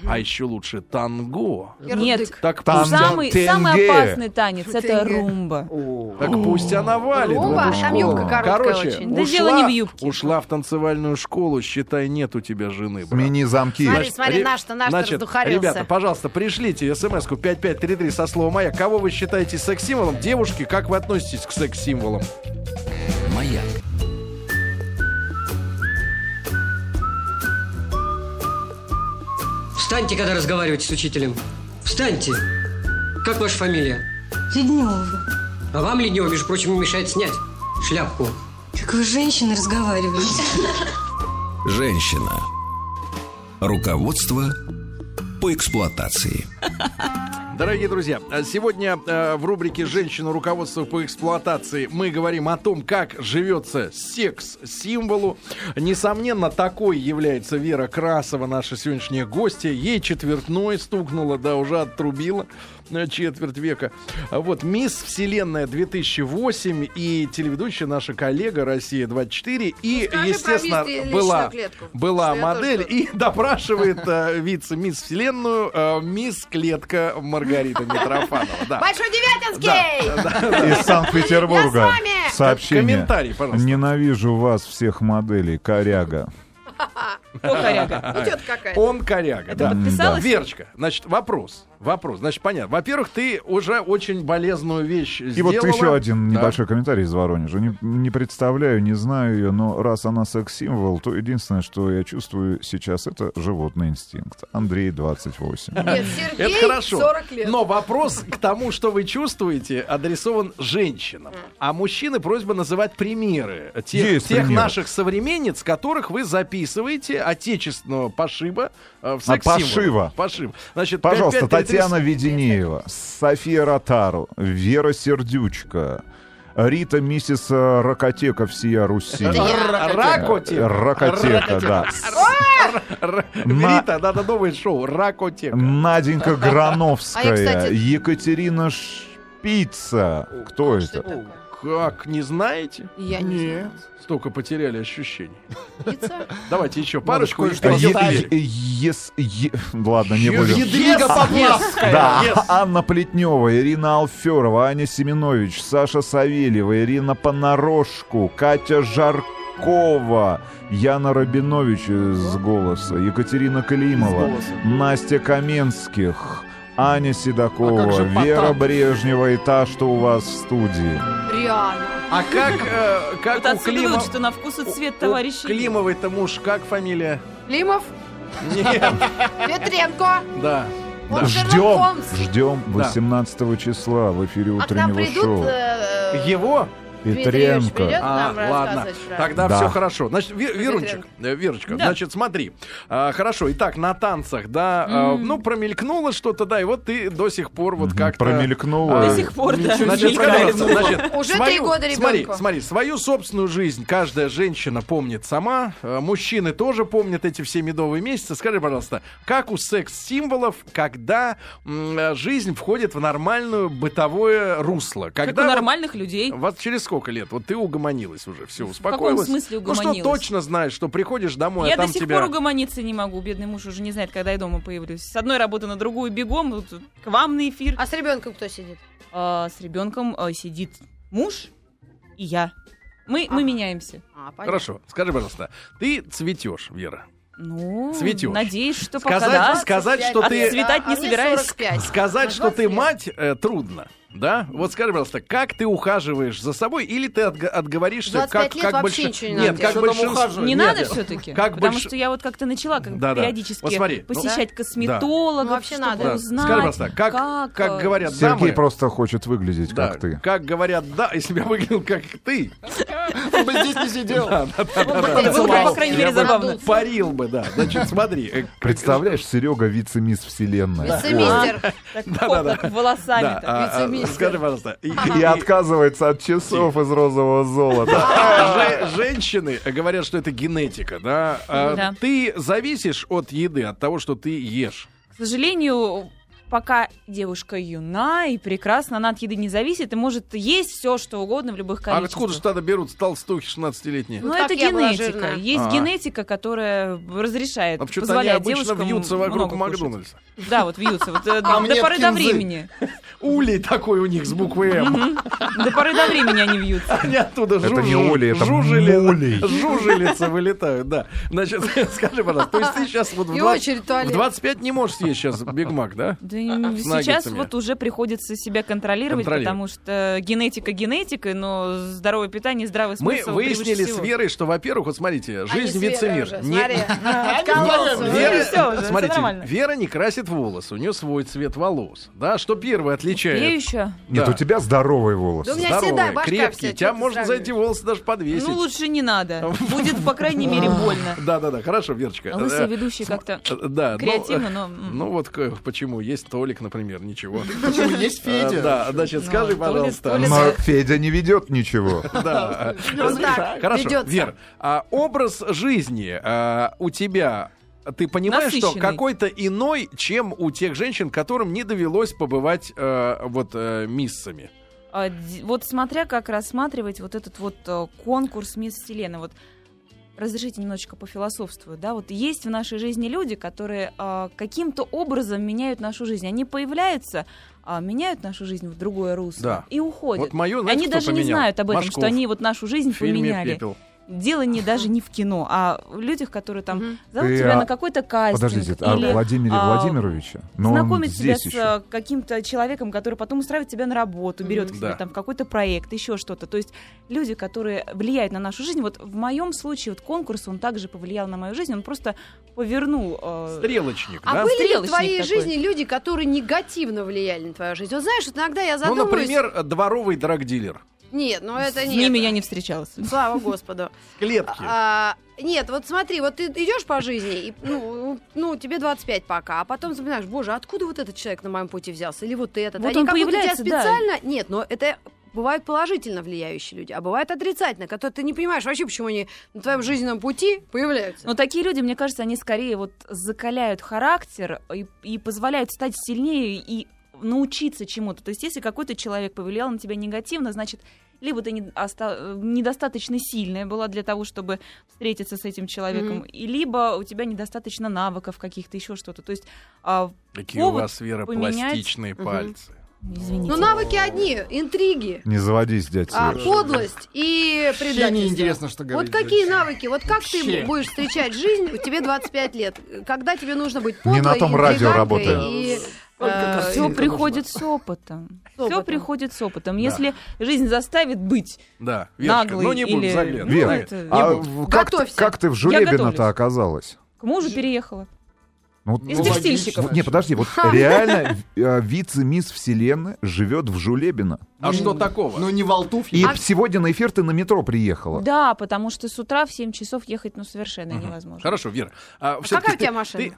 а еще лучше танго,
Нет,
так
Там-
пусть,
самый,
Тенге.
самый опасный танец это
Тенге.
румба.
так пусть она валит. в
Румба,
эту
там
школу.
юбка короткая
Короче,
очень.
Да дело не в юбке.
Ушла в танцевальную школу, считай, нет у тебя жены. брат.
Мини замки.
Смотри, смотри,
Ре-
наш-то, наш-то
Значит,
раздухарился.
ребята, пожалуйста, пришлите смс-ку 5533 со словом «Маяк». Кого вы считаете секс-символом? Девушки, как вы относитесь к секс-символам?
Маяк.
Встаньте, когда разговариваете с учителем. Встаньте. Как ваша фамилия?
Леднева,
А вам, Леднева, между прочим, не мешает снять шляпку.
как вы женщины разговариваете.
Женщина. Руководство по эксплуатации.
Дорогие друзья, э, сегодня э, в рубрике «Женщина. Руководство по эксплуатации» мы говорим о том, как живется секс-символу. Несомненно, такой является Вера Красова, наша сегодняшняя гостья. Ей четвертной стукнуло, да, уже отрубила на четверть века. А Вот «Мисс Вселенная 2008» и телеведущая наша коллега «Россия-24». И,
Ну, скажи про
естественно,
«Мисс личную
была,
клетку»,
была
что я тоже
модель
тут.
и допрашивает э, вице-мисс Вселенную, э, мисс Клетка Маргарита Митрофанова. Да.
Большой Девятинский!
Из Санкт-Петербурга.
Я с вами!
Сообщение.
Комментарий, пожалуйста.
Ненавижу вас всех моделей, коряга.
Кто коряга?
Ну, тетка какая-то.
Он коряга, да.
подписалась?
Верочка, значит, вопрос. Вопрос. Значит, понятно. Во-первых, ты уже очень болезную вещь
И
сделала.
вот еще один
Да.
небольшой комментарий из Воронежа. Не, не представляю, не знаю ее, но раз она секс-символ, то единственное, что я чувствую сейчас, это животный инстинкт. Андрей 28.
Нет,
Это
Сергей,
хорошо.
40 лет.
Но вопрос к тому, что вы чувствуете, адресован женщинам. А мужчины просьба называть примеры тех,
Есть
тех
примеры.
наших современниц, которых вы записываете отечественного пошиба э, в
А,
секс-символы.
пошива.
Пошиб. Значит,
Пожалуйста,
5533.
Татьяна Веденеева, София Ротару, Вера Сердючка, Рита Миссис э, Рокотека всея Руси.
Р- Ракотека.
Рокотека, да.
Р-
На-
Рита, надо новое шоу. Ракотека.
Наденька Грановская,
А я, кстати-
Екатерина Шпица. Кто это?
Как, не знаете?
Я не
Нет. Столько потеряли ощущений.
Птица.
Давайте еще парочку. и
Е-
пойдем дальше.
е- ес- е- Ладно, не
Ю-
будем.
Едрига Поплавская.
Да,
Yes.
Анна Плетнева, Ирина Алферова, Аня Семенович, Саша Савельева, Ирина Понарошку, Катя Жаркова, Яна Рабинович из «Голоса», Екатерина Климова, Настя Каменских, Аня Седокова, Вера Брежнева и та, что у вас в студии.
Реально.
А как, э,
Вот
как у
отсюда
Клима...
вывод, что на вкус и цвет
у
товарищей.
Климовой-то муж, как фамилия?
Климов,
Нет,
Петренко.
да.
Он Шерлок
Ждем,
Холмс.
ждем
Да.
18 числа в эфире
А к нам
утреннего шоу.
придут... э,
Его?
Дмитриевич придет
Петренко.
нам
А, ладно.
рассказывать про-
Тогда
Да.
все хорошо. Значит, Ви- Верунчик, э, Верочка,
Да.
значит, смотри. А, хорошо, итак, на танцах, да, э, ну, промелькнуло что-то, да, и вот ты до сих пор вот как-то... А
Промелькнуло.
До сих пор, да.
Значит,
мелькает.
пожалуйста, значит,
Уже
свою-
три года ребенку.
Смотри, смотри, свою собственную жизнь каждая женщина помнит сама. э, Мужчины тоже помнят эти все медовые месяцы. Скажи, пожалуйста, как у секс-символов, когда м, э, жизнь входит в нормальную бытовое русло?
Как
Когда
у
вот-
нормальных людей.
вас через сколько лет? Вот ты угомонилась уже, все,
каком
успокоилась.
смысле
Ну что
угомонилась?
точно знаешь, что приходишь домой,
Я
а там
до сих
тебя...
пор угомониться не могу. Бедный муж уже не знает, когда я дома появлюсь. С одной работы на другую бегом, вот к вам на эфир.
А с ребенком кто сидит?
А, с ребенком а, сидит муж и я. Мы, мы
Ага.
меняемся.
А, понятно.
Хорошо, скажи, пожалуйста, ты цветешь, Вера.
Ну,
Цветёшь.
надеюсь, что пока да.
Сказать, сказать, что
А
ты
цветать не
мне
собираешься?
45.
Сказать, что ты
лет.
мать, э, трудно. Да? Вот скажи, пожалуйста, как ты ухаживаешь за собой, или ты отг- отговоришься,
25
как,
лет
как
вообще
большин-
ничего не
Нет,
надо
как
делать.
большинство-
Не
Нет,
надо
нет.
все-таки.
Как
потому
больш-
что я вот как-то начала как бы
Да-да.
периодически
Вот смотри, ну,
посещать
Ну,
косметологов,
вообще
чтобы
надо. Да.
узнать,
Скажи, пожалуйста, как, как,
как, э,
говорят
Сергей
дамы...
просто хочет выглядеть,
Да,
как ты.
как говорят, да, если бы я выглядел как ты,
бы здесь не сидел.
Было бы, по крайней
Я
мере,
бы
забавно.
парил бы, да. Значит, смотри. э,
Представляешь, Серега вице-мисс вселенной.
Вице-мистер.
Так,
Да-да-да.
хоп, так, волосами
да, а, а,
вице-мистер.
Скажи, пожалуйста, и-
И
и-
отказывается от часов из розового золота.
Же- Женщины говорят, что это генетика, да? А
Да.
Ты зависишь от еды, от того, что ты ешь.
К сожалению, пока девушка юна и прекрасна, она от еды не зависит и может есть все, что угодно в любых
А
количествах.
откуда же тогда берутся толстухи 16-летние?
Ну,
Вот
это
как я была
генетика.
жирная.
Есть
А.
генетика, которая разрешает,
А почему-то они
позволяет
обычно
девушкам
вьются вокруг
много кушать.
Макдональдса.
Да, вот вьются. Вот, э,
А
до
мне
поры до
кинзы.
времени.
Улей такой у них с буквы М.
До поры до времени они вьются.
Они оттуда
Это
жужжи-
не Оли, это
жужжили-
Молей.
жужелицы вылетают, да. Значит, скажи, пожалуйста, то есть ты сейчас вот в
И
20
очередь в
в
туалет.
25 не можешь съесть сейчас Биг Мак, да?
Да, м,
С
сейчас
наггетсами.
вот уже приходится себя контролировать,
Контролировать.
потому что генетика генетикой, но здоровое питание, здравый
Мы
смысл превыше
выяснили с
всего.
Верой, что, во-первых, вот смотрите, жизнь
Они с Верой
вице-мир.
уже,
Не-
Смотри, откололся.
Вера-
Ну,
Вера,
всё уже, всё
смотрите,
нормально.
Вера не красит волосы, у нее свой цвет волос. Да, что первое отличает.
Где еще?
Нет,
Да.
у тебя здоровые волосы.
Да у меня
Здоровые,
всегда башка вся,
крепкие.
чё
Тебя
ты
можно за
сравниваешь?
эти волосы даже подвесить.
Ну, лучше не надо. Будет, по крайней мере, больно.
Да, да, да, хорошо, Верочка.
А Лысый
Э,
ведущий как-то
э, да, ну,
креативно, но...
э,
м.
Ну вот к- почему есть Толик, например, ничего.
Почему есть
Э,
Федя?
Да, значит,
Ну,
скажи,
Толик-
пожалуйста.
Толик-
Но Федя не ведет ничего.
Да.
Он так
Хорошо,
ведётся.
Вер, а образ жизни а, у тебя ты понимаешь, что
Насыщенный.
какой-то иной, чем у тех женщин, которым не довелось побывать э, вот э, миссами.
А, д- Вот смотря как рассматривать вот этот вот э, конкурс Мисс Вселенная, вот разрешите немножечко пофилософствую, да, вот есть в нашей жизни люди, которые а, каким-то образом меняют нашу жизнь, они появляются, а, меняют нашу жизнь в другое русло
Да.
и уходят.
Вот мою,
И
знаете,
они
кто
даже не
поменял?
знают об этом,
Машков
что они вот нашу жизнь
в фильме
поменяли.
«Пепел».
Дело не даже не в кино, а в людях, которые там
Мгм.
зовут
Ты,
тебя
а,
на какой-то кастинг.
Подождите, а
или,
Владимире
а,
Владимировиче? Но он
знакомит тебя
здесь
с
еще.
э, каким-то человеком, который потом устраивает тебя на работу, берет к себе
Да.
там в какой-то проект, еще что-то. То есть люди, которые влияют на нашу жизнь, вот в моем случае вот конкурс, он также повлиял на мою жизнь, он просто повернул. э,
Стрелочник,
А
да?
вы-
были ли в
Стрелочник
твоей
такой.
жизни люди, которые негативно влияли на твою жизнь? Вот знаешь, вот иногда я
Ну,
задумываюсь...
например, э, дворовый драгдилер.
Нет, ну это
с
не...
ними я не встречалась.
Слава Господу.
Клетки.
А, нет, вот смотри, вот ты идешь по жизни, и, ну, ну, тебе 25 пока, а потом вспоминаешь, боже, откуда вот этот человек на моем пути взялся, или вот этот.
Вот
Они
он
как будто
появляется,
тебя
да.
специально... Нет, но это бывают положительно влияющие люди, а бывают отрицательно, которые ты не понимаешь вообще, почему они на твоем жизненном пути появляются.
Но такие люди, мне кажется, они скорее вот закаляют характер и, и позволяют стать сильнее и научиться чему-то. То есть, если какой-то человек повлиял на тебя негативно, значит, либо ты не- оста- э, недостаточно сильная была для того, чтобы встретиться с этим человеком, и либо у тебя недостаточно навыков каких-то еще что-то. То есть, а,
Какие у
повод
вас, Вера,
поменять.
пластичные
Мгм.
пальцы.
извините.
Но навыки одни, интриги,
Не заводись, дядь э,
а,
ну,
Серёж.
подлость и
Вообще
предательство.
неинтересно, что
Вот
говорит.
какие
девочка.
навыки, вот как
Вообще.
ты будешь встречать жизнь, у тебе 25 лет, когда тебе нужно быть
Не
подлой,
на том радио
интриганкой
работаю.
и,
Только
э,
красиво
Все
нужно.
приходит с опытом. Все
опытом.
приходит с опытом. Если жизнь заставит быть
Да, Верочка,
наглый
ну не будем
или-
заглядывать.
Ну,
Вер,
Давай.
это-
а
буду.
в- как, ты,
Готовься.
как ты в
готовлюсь.
Жулебино-то оказалась?
к мужу переехала.
Ну, вот-
Из
Ну,
текстильщиков.
логично.
не, подожди, вот
А,
реально э, вице-мисс Вселенной живет в Жулебино.
А что такого?
Ну не Волтуфь.
И сегодня на эфир ты на метро приехала.
А Да, потому что с утра в 7 часов ехать ну совершенно невозможно.
Хорошо, Вера. а, всё-таки
какая у
ты-
тебя машина?
ты-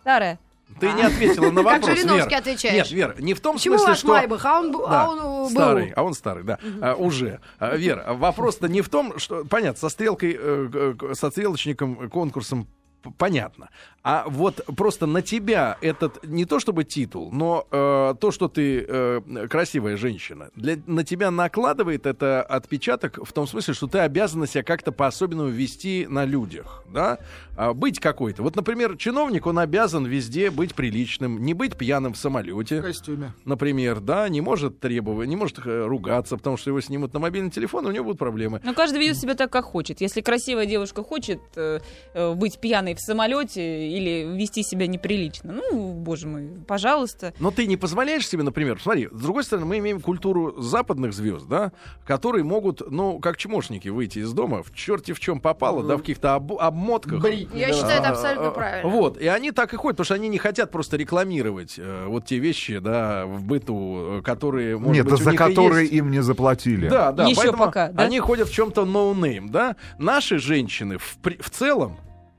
Старая.
Ты не ответила на
Как
вопрос,
Жириновский
Вер.
отвечаешь.
Нет, Вер, не в том
Почему у
смысле,
вас
что...
Майбах, а он, бу-
Да,
а он э, был?
старый, а он старый, да, а, уже. А, Вер, а вопрос-то не в том, что, понятно, со стрелкой, э, к- к- со стрелочником э, конкурсом п- понятно. А вот просто на тебя этот, не то чтобы титул, но э, то, что ты э, красивая женщина, для, на тебя накладывает это отпечаток в том смысле, что ты обязана себя как-то по-особенному вести на людях, да, А, быть какой-то. Вот, например, чиновник, он обязан везде быть приличным, не быть пьяным в самолете
В костюме.
например, да, не может требовать, не может э, ругаться, потому что его снимут на мобильный телефон, и у него будут проблемы.
Но ну, каждый ведет себя так, как хочет. Если красивая девушка хочет э, э, быть пьяной в самолете или вести себя неприлично, ну, боже мой, пожалуйста.
Но ты не позволяешь себе, например, смотри, с другой стороны, мы имеем культуру западных звезд, да, которые могут, ну, как чмошники выйти из дома, в черте в чем попало, да, в каких-то об- обмотках.
Бритни,
Я
да.
считаю, это
А,
абсолютно
а,
правильно.
Вот, и они так и ходят, потому что они не хотят просто рекламировать э, вот те вещи, да, в быту, э, которые, может
Нет,
быть, у
за
них и
которые
есть.
им не заплатили.
Да, да.
Ещё
поэтому
пока, да?
Они ходят в чем-то ноунейм, да? Наши женщины в, при- в целом,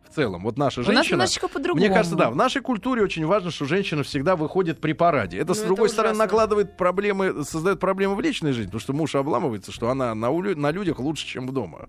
в целом, вот наша
У нас
женщина...
немножечко по-другому.
Мне кажется, да, в нашей культуре очень важно, что женщина всегда выходит при параде.
Ну,
Это, с
это
другой стороны,
ужасно.
накладывает проблемы, создает проблемы в личной жизни, потому что муж обламывается, что она на, улю- на людях лучше, чем дома.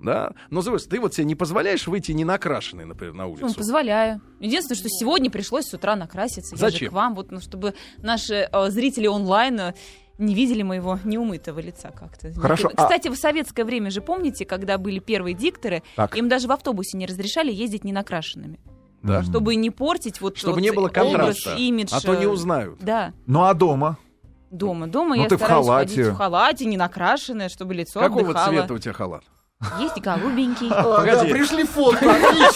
да? Но, с другой стороны, ты вот себе не позволяешь выйти не накрашенный, например, на улицу.
Ну, позволяю. Единственное, что сегодня пришлось с утра накраситься. Я же
Зачем?
к вам, вот, ну, чтобы наши э, зрители онлайн э, не видели моего неумытого лица как-то.
Хорошо, а-
Кстати, в советское время же помните, когда были первые дикторы,
Так.
им даже в автобусе не разрешали ездить ненакрашенными.
Да.
Чтобы не портить вот
Чтобы
вот
не было
образ,
контраста.
имидж.
А то не
э,
узнают.
Да,
Ну а дома?
дома. Дома
Ну,
я
ты в
стараюсь
халате.
ходить в халате, не накрашенная, чтобы лицо
Какого
отдыхало.
цвета у тебя халат?
Есть голубенький.
Да,
Погоди.
пришли фото,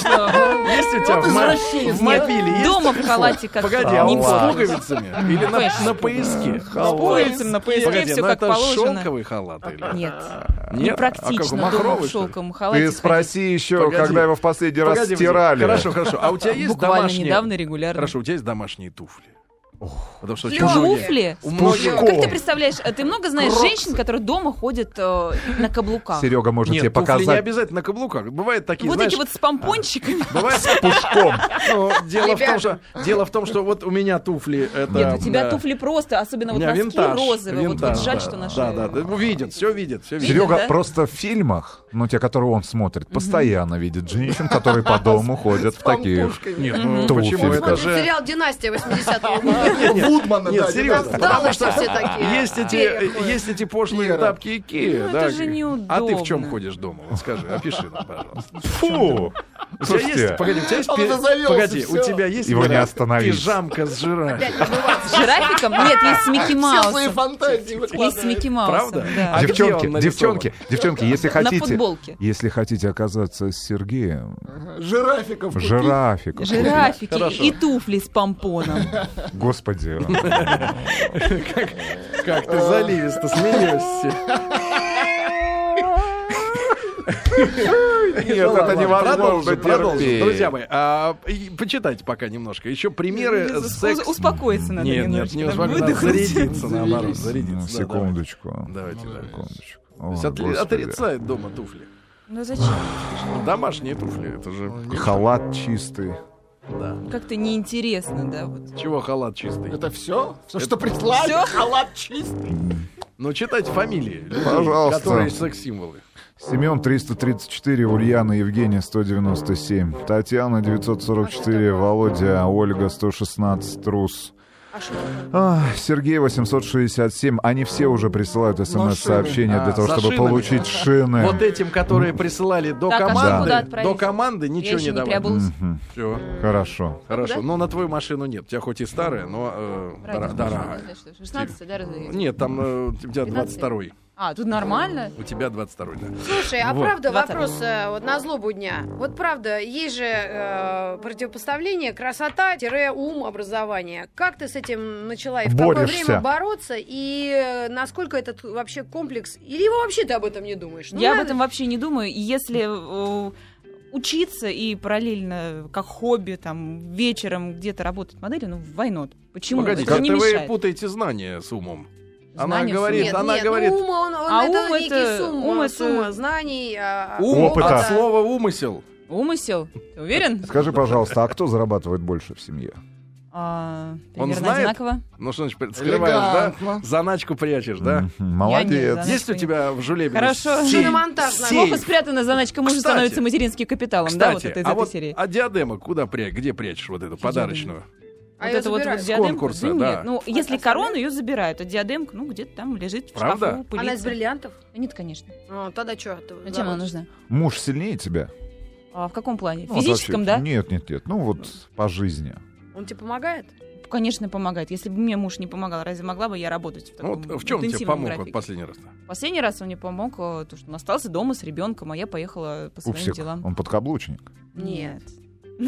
отлично.
Есть у тебя
Вот
в, мо-
извращенец.
в мобиле? Есть?
Дома в халате как
Погоди,
не
а он
портится.
с пуговицами? Или на,
Конечно.
на пояске?
С поясом на пояске
Погоди,
все
ну
как
это
положено.
шелковый халат или?
Нет.
Нет?
Непрактично
А какой,
дома
махровый,
в
что ли?
шелковом халате.
Ты спроси еще,
Погоди.
когда его в последний раз
Погоди,
стирали.
Хорошо, хорошо. А у тебя есть
Буквально
домашние...
недавно, регулярно.
Хорошо, у тебя есть домашние туфли? Потому что
ходить.
чужие-
Туфли?
У многих...
А Как ты представляешь, э, ты много знаешь женщин, которые дома ходят э, на каблуках? Ну,
Серега может
Нет,
А.
ну,
тебе
туфли не
показать
обязательно на каблуках. Бывают такие,
Вот
знаешь... а,
эти вот с помпончиками.
Бывает
пушком.
Ну, дело в том,
Ребята.
что дело в том, что вот у меня туфли это.
Нет, у тебя
да.
туфли просто, особенно
У
вот
меня
носки
винтаж.
розовые. Вот вот
винтаж,
жаль,
да.
что наши...
Да, да, да. Ну, Видит, все видит, все видит.
Серега
да?
просто в фильмах, ну, те, которые он смотрит, постоянно видит женщин, которые по дому ходят в таких.
Нет, ну
Туфли,
почему
да.
это
Смотрит
же.
сериал «Династия» 80-го года.
Вудмана,
Нет,
да,
серьезно.
Династия.
Потому
Стало
что
что все такие.
есть
Переходы.
эти, есть эти пошлые
Кира.
тапки Икеи.
Ну, это
да.
же
А ты в чем
неудобно.
ходишь дома? Вот скажи, опиши нам, пожалуйста.
Фу!
У тебя есть,
Слушайте,
погоди, у тебя есть,
Он
пи-
уже завелся,
погоди, у
всё.
тебя есть
Его не
пи-
остановить.
пижамка с жирафом.
С жирафиком? Нет, есть с Микки
Все свои
Маусом.
фантазии
Есть с
выкладывает.
Микки Маусом.
Правда?
да.
А где он
девчонки,
нарисован?
девчонки, девчонки, если
На
хотите,
футболке.
если хотите оказаться с Сергеем,
Жирафиков купить.
А,
жирафик,
Жирафики и туфли с помпоном.
господи,
Как ты заливисто смеешься.
нет, это невозможно
Продолжим, продолжим. Друзья
терпеть.
мои, а, и почитайте пока немножко. Еще примеры
Успо-
секс...
Успокоиться надо
Нет, нет,
немножечко,
не
да,
успокоиться, надо
выдохнуть.
зарядиться, наоборот,
Ну,
зарядиться. да,
Секундочку.
давай. Давайте, да.
Секундочку.
То
О,
есть отли-
господи.
отрицает дома туфли.
Ну зачем?
Ну, Домашние туфли, это же...
Халат чистый.
Как-то неинтересно, да, вот.
Чего халат чистый?
Это все? Все, что прислали?
Всё?
Халат чистый.
Ну, читайте фамилии людей,
Пожалуйста.
которые секс-символы.
Семен 334, Ульяна, Евгения 197, Татьяна 944, Володя, Ольга 116, Трус. А, Сергей 867. Они все уже присылают смс-сообщения для
А,
того,
за
чтобы
шинами.
получить шины.
Вот этим, которые присылали до
Так, а что
команды,
куда отправить?
до команды
Я
ничего
еще
не
не
давали.
приобулась.
Все,
Хорошо.
хорошо.
Да?
Но на твою машину нет. У тебя хоть и старая, но э, дора-
Правильно,
дорогая.
ну, что ж, 16, да, разве?
Нет, там э, у тебя
15.
22-й.
А, тут нормально.
У тебя 22-й, да.
Слушай, а
Вот.
правда
Двадцать.
вопрос э, вот на злобу дня? Вот правда, есть же э, противопоставление красота-ум образование. Как ты с этим начала и в
Борешься.
какое время бороться? И э, насколько этот вообще комплекс? Или его вообще ты об этом не думаешь? Ну,
Я об
надо
этом вообще не думаю. И если э, учиться и параллельно, как хобби, там, вечером где-то работать моделью, ну, why not? Почему?
Погодите,
это не
это вы
мешает.
путаете знания с умом. Она
Знания с
говорит,
Нет,
она
нет,
говорит,
ну, ум, он, он-
А
это
ум
некий
это-
сумма,
ум это-
сумма знаний, а-
ну,
ум
Опыта.
от слова умысел.
Умысел? Ты уверен?
Скажи, пожалуйста, а кто зарабатывает больше в семье?
А,
Он
примерно
знает?
одинаково.
Ну что значит, скрываешь, да?
Элегантно.
Заначку прячешь, да?
М, Молодец.
знаю.
Есть у тебя в жулебе
Хорошо.
Шиномонтаж,
Плохо
сейф?
спрятана заначка мужа
Кстати.
становится материнским капиталом, да, вот
Кстати,
это из
а
этой
вот
серии.
а диадема куда прячешь? Где прячешь вот эту подарочную?
а
вот
я
это вот,
забираю.
вот диадемку,
конкурса,
да
да.
нет, ну, если корону, ее забирают, а диадемку, ну, где-то там лежит в
Правда?
шкафу, пылится. Ну,
Она из бриллиантов?
Нет, конечно.
А, тогда что?
Зачем она нужна?
Муж сильнее тебя?
А в каком плане? В
Ну, вот
физическом,
вообще.
да?
Нет, нет, нет. Ну вот по жизни.
Он тебе помогает?
Конечно, помогает. Если бы мне муж не помогал, разве могла бы я работать в
Ну,
таком
вот в чем тебе
интенсивном
помог вот
графике?
последний раз?
Последний раз он мне помог, э, то, что он остался дома с ребенком, а я поехала по своим
Пупсик.
делам.
Он подкаблучник.
Нет.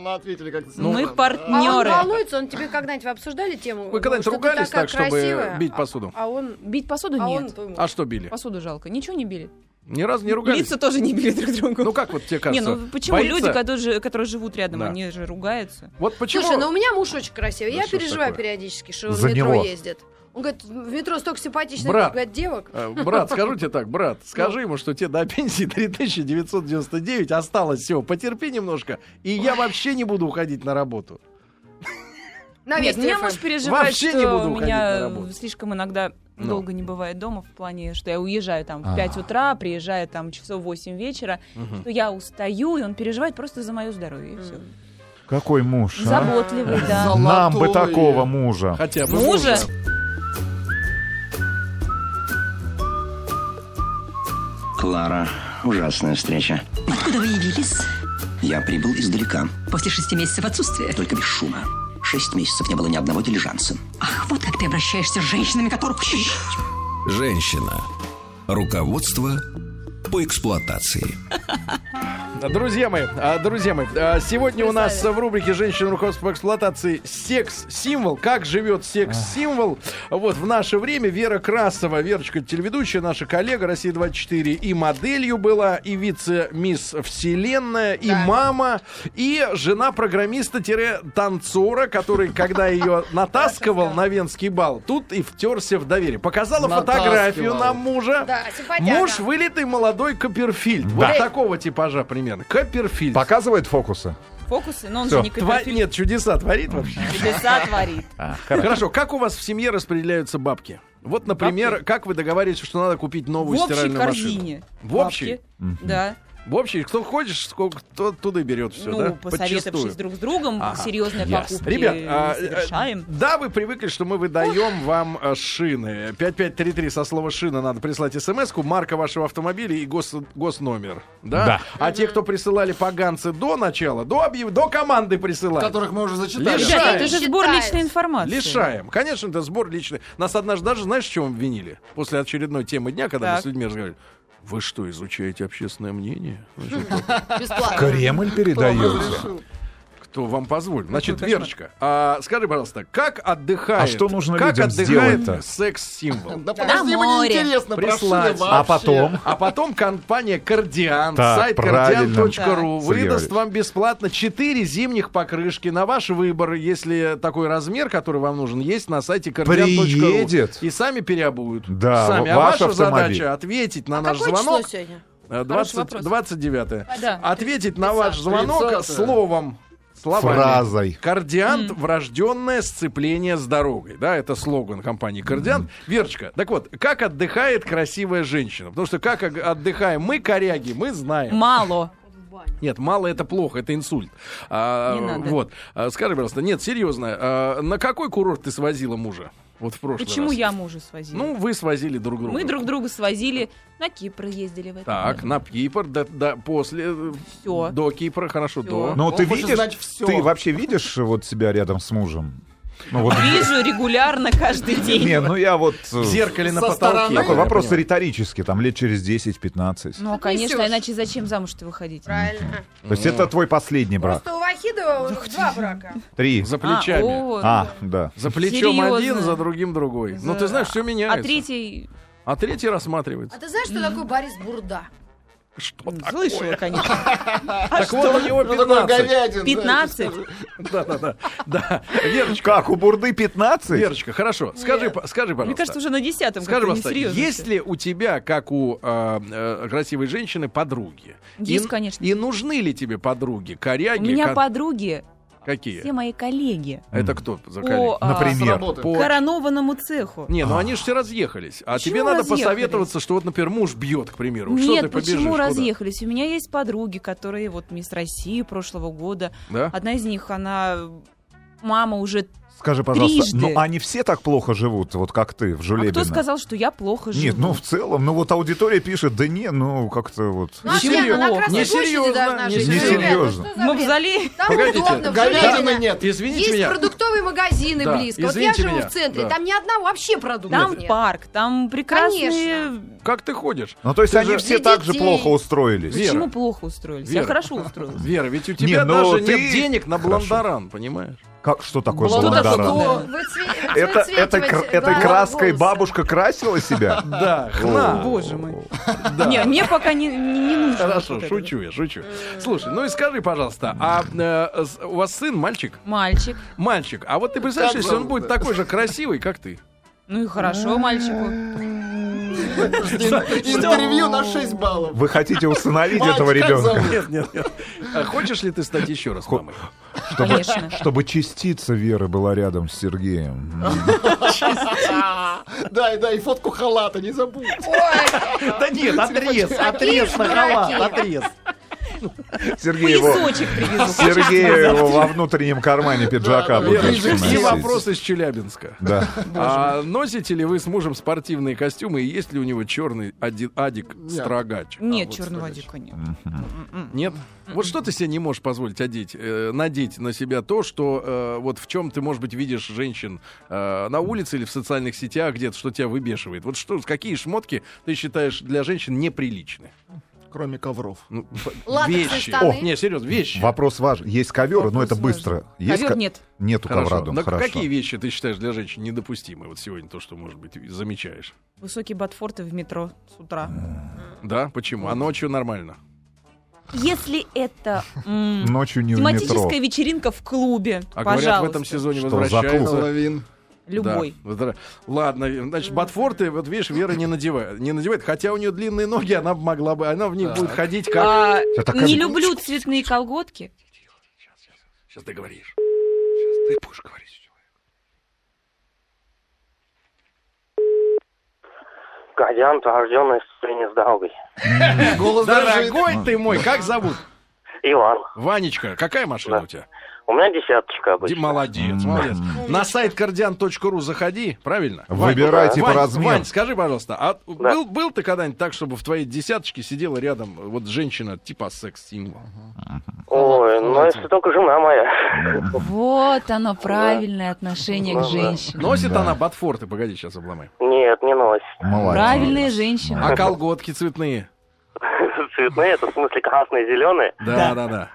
Мы ответили как-то.
Ну,
сразу.
их
А он
партнеры.
волнуется, он тебе когда-нибудь вы обсуждали тему?
Вы когда-нибудь
что ты
ругались
такая
так, чтобы
красивая,
бить
а-
посуду?
А он...
Бить посуду?
А он
Нет.
твой муж.
А что били?
Посуду жалко. Ничего не били.
Ни разу не ругались?
Лица тоже не били друг другу.
Ну как вот тебе
не,
кажется?
ну почему
боится?
люди, которые, же- которые живут рядом,
Да.
они же ругаются?
Вот почему...
Слушай, ну у меня муж очень красивый.
Да
я
что ж
переживаю
такое?
периодически, что он
За
в метро
него.
ездит. Он говорит, в метро столько симпатичных
Брат.
говорит, девок.
Э, Брат, скажу тебе так, брат,
Ну.
скажи ему, что тебе до пенсии 3999 осталось всего. Потерпи немножко, и я вообще не буду уходить на работу.
На весь
Нет, ну меня
телефон.
муж переживает,
Вообще
что
не буду уходить на
меня
работу. Ну.
слишком иногда долго не бывает дома в плане, что я уезжаю там
А.
в 5 утра, приезжаю там часов 8 вечера, что я устаю, и он переживает просто за мое здоровье. и всё.
Какой муж, а?
Заботливый, да.
Нам бы
Золотой.
такого мужа.
Хотя бы
Мужа?
Клара, ужасная встреча.
Откуда вы явились?
Я прибыл издалека,
После шести месяцев отсутствия.
только без шума. Шесть месяцев не было ни одного дилижанса.
Ах, вот как ты обращаешься с женщинами, которых учишь.
Женщина. Руководство по эксплуатации.
Друзья мои, а, друзья мои, а, сегодня у нас в рубрике «Женщина руководство по эксплуатации» секс-символ. Как живет секс-символ? Вот, в наше время Вера Красова, Верочка, телеведущая, наша коллега «Россия-24» и моделью была, и вице-мисс Вселенная, и мама, и жена программиста-танцора, который, когда ее натаскивал на венский бал, тут и втерся в доверие. Показала фотографию
Натаскивал.
нам мужа.
Да, симпатяга.
Муж вылитый молодой Копперфильд. Вот такого типажа примерно. Копперфильд.
Показывает фокусы?
Фокусы, но он
Всё.
же не
Тва-
коперфильм,
Нет, чудеса творит вообще.
чудеса творит.
Хорошо, как у вас в семье распределяются бабки? Вот, например, как вы договариваетесь, что надо купить новую
В общей
стиральную машину?
корзине.
В общей?
Бабки. Да.
В общей, кто хочешь, сколько кто туда и берет все,
ну,
да?
посоветовавшись
Подчистую.
друг с другом,
Ага.
серьезные
Ясно.
покупки
Ребят,
не
а, э,
совершаем.
да, вы привыкли, что мы выдаем вам э, шины. 5533 со слова шина надо прислать смс марка вашего автомобиля и гос, госномер. Да?
Да.
А те, кто присылали поганцы до начала, до, объяв- до команды присылали.
Которых мы уже зачитали.
Лишь-
Ребята,
лишаем.
это же сбор
Считается.
личной информации.
Лишаем. Конечно, это сбор личный. Нас однажды даже, знаешь, в чем обвинили? После очередной темы дня, когда мы
Так.
с людьми разговаривали. Вы что, изучаете общественное мнение? Вы что,
Бесплатно.
Кремль передаете.
Кто вам
Ну,
позволит? Значит, Верочка, а, скажи, пожалуйста, как отдыхает...
А что нужно
как
людям
отдыхает
сделать-то?
секс-символ?
Да подожди, мне
море.
интересно, про шины
Прислать.
вообще.
А потом?
А потом компания Кардиан,
Так,
сайт
правильно.
guardian.ru
Да.
выдаст
Сергей
вам бесплатно 4 зимних покрышки на ваш выбор, если такой размер, который вам нужен, есть на сайте guardian.ru.
Приедет.
И сами переобуют.
Да,
сами. А
ваш
ваша
автомобиль.
задача ответить на наш
А Какое число
звонок
сегодня?
э,
Хороший
20,
вопрос. А,
29
Да.
Ответить на ваш звонок
30.
словом. Словами.
Фразой.
Кардиант – врожденное сцепление с дорогой. Да, это слоган компании Кардиант. Верочка, так вот, как отдыхает красивая женщина? Потому что как ог- отдыхаем мы, коряги, мы знаем.
Мало.
Нет, мало это плохо, это инсульт. А,
Не надо.
Вот. А, скажи, пожалуйста, нет, серьезно, а, на какой курорт ты свозила мужа? Вот в прошлый
Почему
раз.
я мужа свозила?
Ну, вы свозили друг друга.
Мы друг друга свозили, на Кипр ездили в этом
Так,
году.
на Кипр, да, да, после, э,
Всё.
до Кипра, хорошо,
Всё.
до.
Ну,
Он
ты
хочет
видишь,
знать всё.
ты вообще видишь вот себя рядом с мужем? Ну вот,
Вижу регулярно каждый день.
не, ну я вот... э,
в зеркале на
Со
потолке.
стороны.
Такой
Я
вопрос
понимаю.
риторический, там лет через 10-15.
Ну, конечно,
Отнесёшь.
иначе зачем замуж-то выходить?
Правильно.
То есть это твой последний брак.
Просто у Вахидова два брака.
Три.
За
А,
плечами.
о,
А, да.
За плечом
Серьезно?
один, за другим другой. Ну, ты знаешь, все меняется.
а третий...
А третий рассматривается.
А ты знаешь, что такое Борис Бурда?
Что
Слышала, конечно. А
так вот, у него
Ну, такой
15.
говядин.
15.
Да-да-да. Да. Верочка,
Как, у Бурды 15?
Верочка, хорошо. Скажи, по- скажи, пожалуйста.
Мне кажется, уже на десятом
Скажи,
как-то
пожалуйста,
несерьезно
есть
всё.
ли у тебя, как у э, э, красивой женщины, подруги?
Есть,
и,
конечно.
И нужны ли тебе подруги? Коряги?
У меня
ко-
подруги, все
Какие?
мои коллеги
Это кто за
по
коллеги?
а,
Например.
Работа.
По-
коронованному цеху.
Не, ну они же все разъехались. А
типа. А. Почему
тебе надо
разъехались?
посоветоваться, что вот, например, муж бьет, к примеру. ну что ты
Нет,
побежишь?
почему
Куда?
разъехались? У меня есть подруги, которые вот мисс России прошлого года.
Да?
Одна из них, она мама уже.
Скажи, пожалуйста,
Трижды.
ну они все так плохо живут, вот как ты в
А
Жулебино?
кто сказал, что я плохо живу?
Нет, ну в целом, ну вот аудитория пишет, да не, ну как-то вот...
Ну, а где она? на
Несерьезно.
Красной площади
Несерьезно,
должна жить. Ребят, ну что за
несерьезно.
в
бред?
мавзолее.
Там
Погодите,
удобно, в
Говядины
Жилино.
нет.
Извините
Есть
меня.
продуктовые магазины
Да,
близко. Вот я
извините
живу
меня,
в центре,
да.
там ни одного вообще продукта
Там
нет.
парк, там прекрасные...
Как ты ходишь?
Ну то есть
Ты
они
же-
все
Для
так же
детей.
плохо устроились.
Вера.
Почему плохо устроились?
Вера.
Я хорошо устроилась.
Вера, ведь у тебя
Не, но
даже
ты-
нет денег на
Хорошо.
бландаран, понимаешь?
Как, что такое
Что
Бландаран?
такое Бландаран?
Выцве-
Это, это,
выцветивать
кр- этой
глаза,
краской
волосы.
бабушка красила себя?
Да, хна.
Боже мой.
Да.
Не, мне пока не, не, не нужно.
Хорошо,
вот это.
шучу я, шучу. Слушай, ну и скажи, пожалуйста, а э, с- у вас сын мальчик?
Мальчик.
Мальчик. А вот ты представляешь,
Как
если он
зовут,
будет
да?
такой же красивый, как ты?
Ну и хорошо мальчику.
Интервью на 6 баллов.
Вы хотите усыновить
Мать,
этого
как
ребенка,
зовут?
Нет, нет, нет. А Хочешь ли ты стать еще раз мамой?
Конечно.
чтобы частица веры была рядом с Сергеем.
Да, и да, и фотку халата не забудь.
Да нет, отрез, отрез на халат, отрез.
Сергей его,
Поясочек привезу.
Сергей его во внутреннем кармане пиджака
Да,
будет
Верочка,
носить.
И вопрос из Челябинска.
Да.
А носите ли вы с мужем спортивные костюмы и есть ли у него черный ади- адик строгач?
А
Нет,
А вот
черного
строгач.
дика нет.
Нет. Вот что ты себе не можешь позволить одеть, э, надеть на себя то, что э, вот в чем ты, может быть, видишь женщин э, на улице или в социальных сетях где-то, что тебя выбешивает. Вот что, какие шмотки ты считаешь для женщин неприличны?
Кроме ковров.
Ну, п-
Латексные
вещи.
штаны.
О, не, серьезно, вещи.
Вопрос важен. Есть ковер, но это быстро. Есть
Ковер
ко-
нет.
Нету ковра дома.
Но
Хорошо.
какие вещи ты считаешь для женщин недопустимы? Вот сегодня то, что, может быть, замечаешь.
Высокие ботфорты в метро с утра.
Да? Почему? А ночью нормально.
Если это м,
Ночью не в метро.
тематическая вечеринка в клубе,
А говорят, в
пожалуйста.
этом сезоне
Что за
возвращается...
клуб?
Половин.
Любой.
Да. Здра- Ладно, значит, ботфорты, вот видишь, Вера не надевает, не надевает, хотя у нее длинные ноги, она б могла бы, она в них будет ходить как...
А,
Это как-
не люблю цветные колготки.
Сейчас ты говоришь.
Кальян, порожденный с здоровый.
Голос даже...
Дорогой ты мой, как зовут?
Иван,
Ванечка, какая машина у тебя?
у меня
Ди-
десяточка обычно.
молодец, молодец. На сайт кардиан.ру заходи, правильно? Вань,
Выбирайте по
Вань,
размеру.
Вань, скажи, пожалуйста, а был, был ты когда-нибудь так, чтобы в твоей десяточке сидела рядом вот женщина типа секс-символ?
Ой, ну если только жена моя.
Вот оно, правильное отношение к
Ну да.
женщине.
Носит
Да.
она ботфорты, погоди, сейчас обломаем.
Нет, не носит.
Молодец.
Правильная женщина.
А колготки цветные?
Цветные, это в смысле красные, зеленые.
Да, да, да.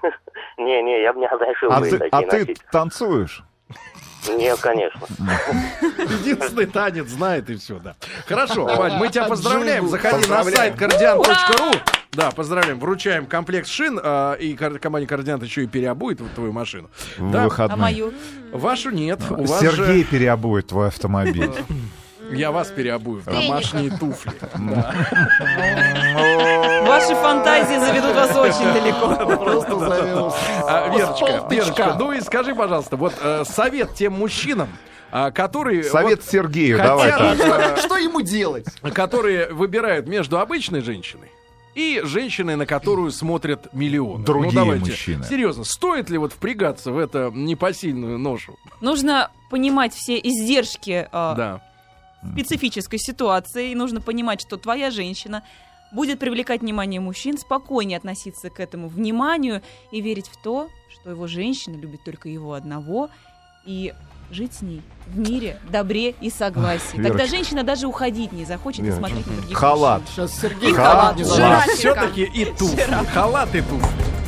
Не, не, я бы не разрешил
А
бы
ты,
им такие
а ты
носить.
танцуешь?
Нет, конечно.
Единственный танец знает и все, да. Хорошо, Вань, мы тебя поздравляем.
Джигу.
Заходи на
Поздравляем.
сайт guardian.ru. Да, поздравляем. Вручаем комплект шин, а, и кар- команде Кардиант еще и переобует вот твою машину.
В
Да.
А
выходные.
мою?
Вашу нет. У вас
Сергей переобует твой автомобиль.
же я вас переобую в
Денег.
домашние туфли.
Ваши фантазии заведут вас очень далеко.
Просто завел.
А, Верочка,
Полтычка.
Верочка, ну и скажи, пожалуйста, вот э, совет тем мужчинам, а, которые...
Совет
вот,
Сергею,
хотят-
давай так.
Что- Что ему делать?
которые выбирают между обычной женщиной и женщиной, на которую смотрят миллионы.
Другие
ну, давайте,
мужчины.
Серьезно, стоит ли вот впрягаться в это непосильную ношу?
Нужно понимать все издержки
А.
э,
Да.
специфической ситуации, и нужно понимать, что твоя женщина будет привлекать внимание мужчин, спокойнее относиться к этому вниманию и верить в то, что его женщина любит только его одного, и жить с ней в мире, добре и согласии. Тогда
Верочка.
женщина даже уходить не захочет и
Верочка.
смотреть на других
Халат.
Сейчас Сергей
Халат.
не
А,
Халат.
забыл.
Жирафика.
Все-таки и туфли. Халат и туфли.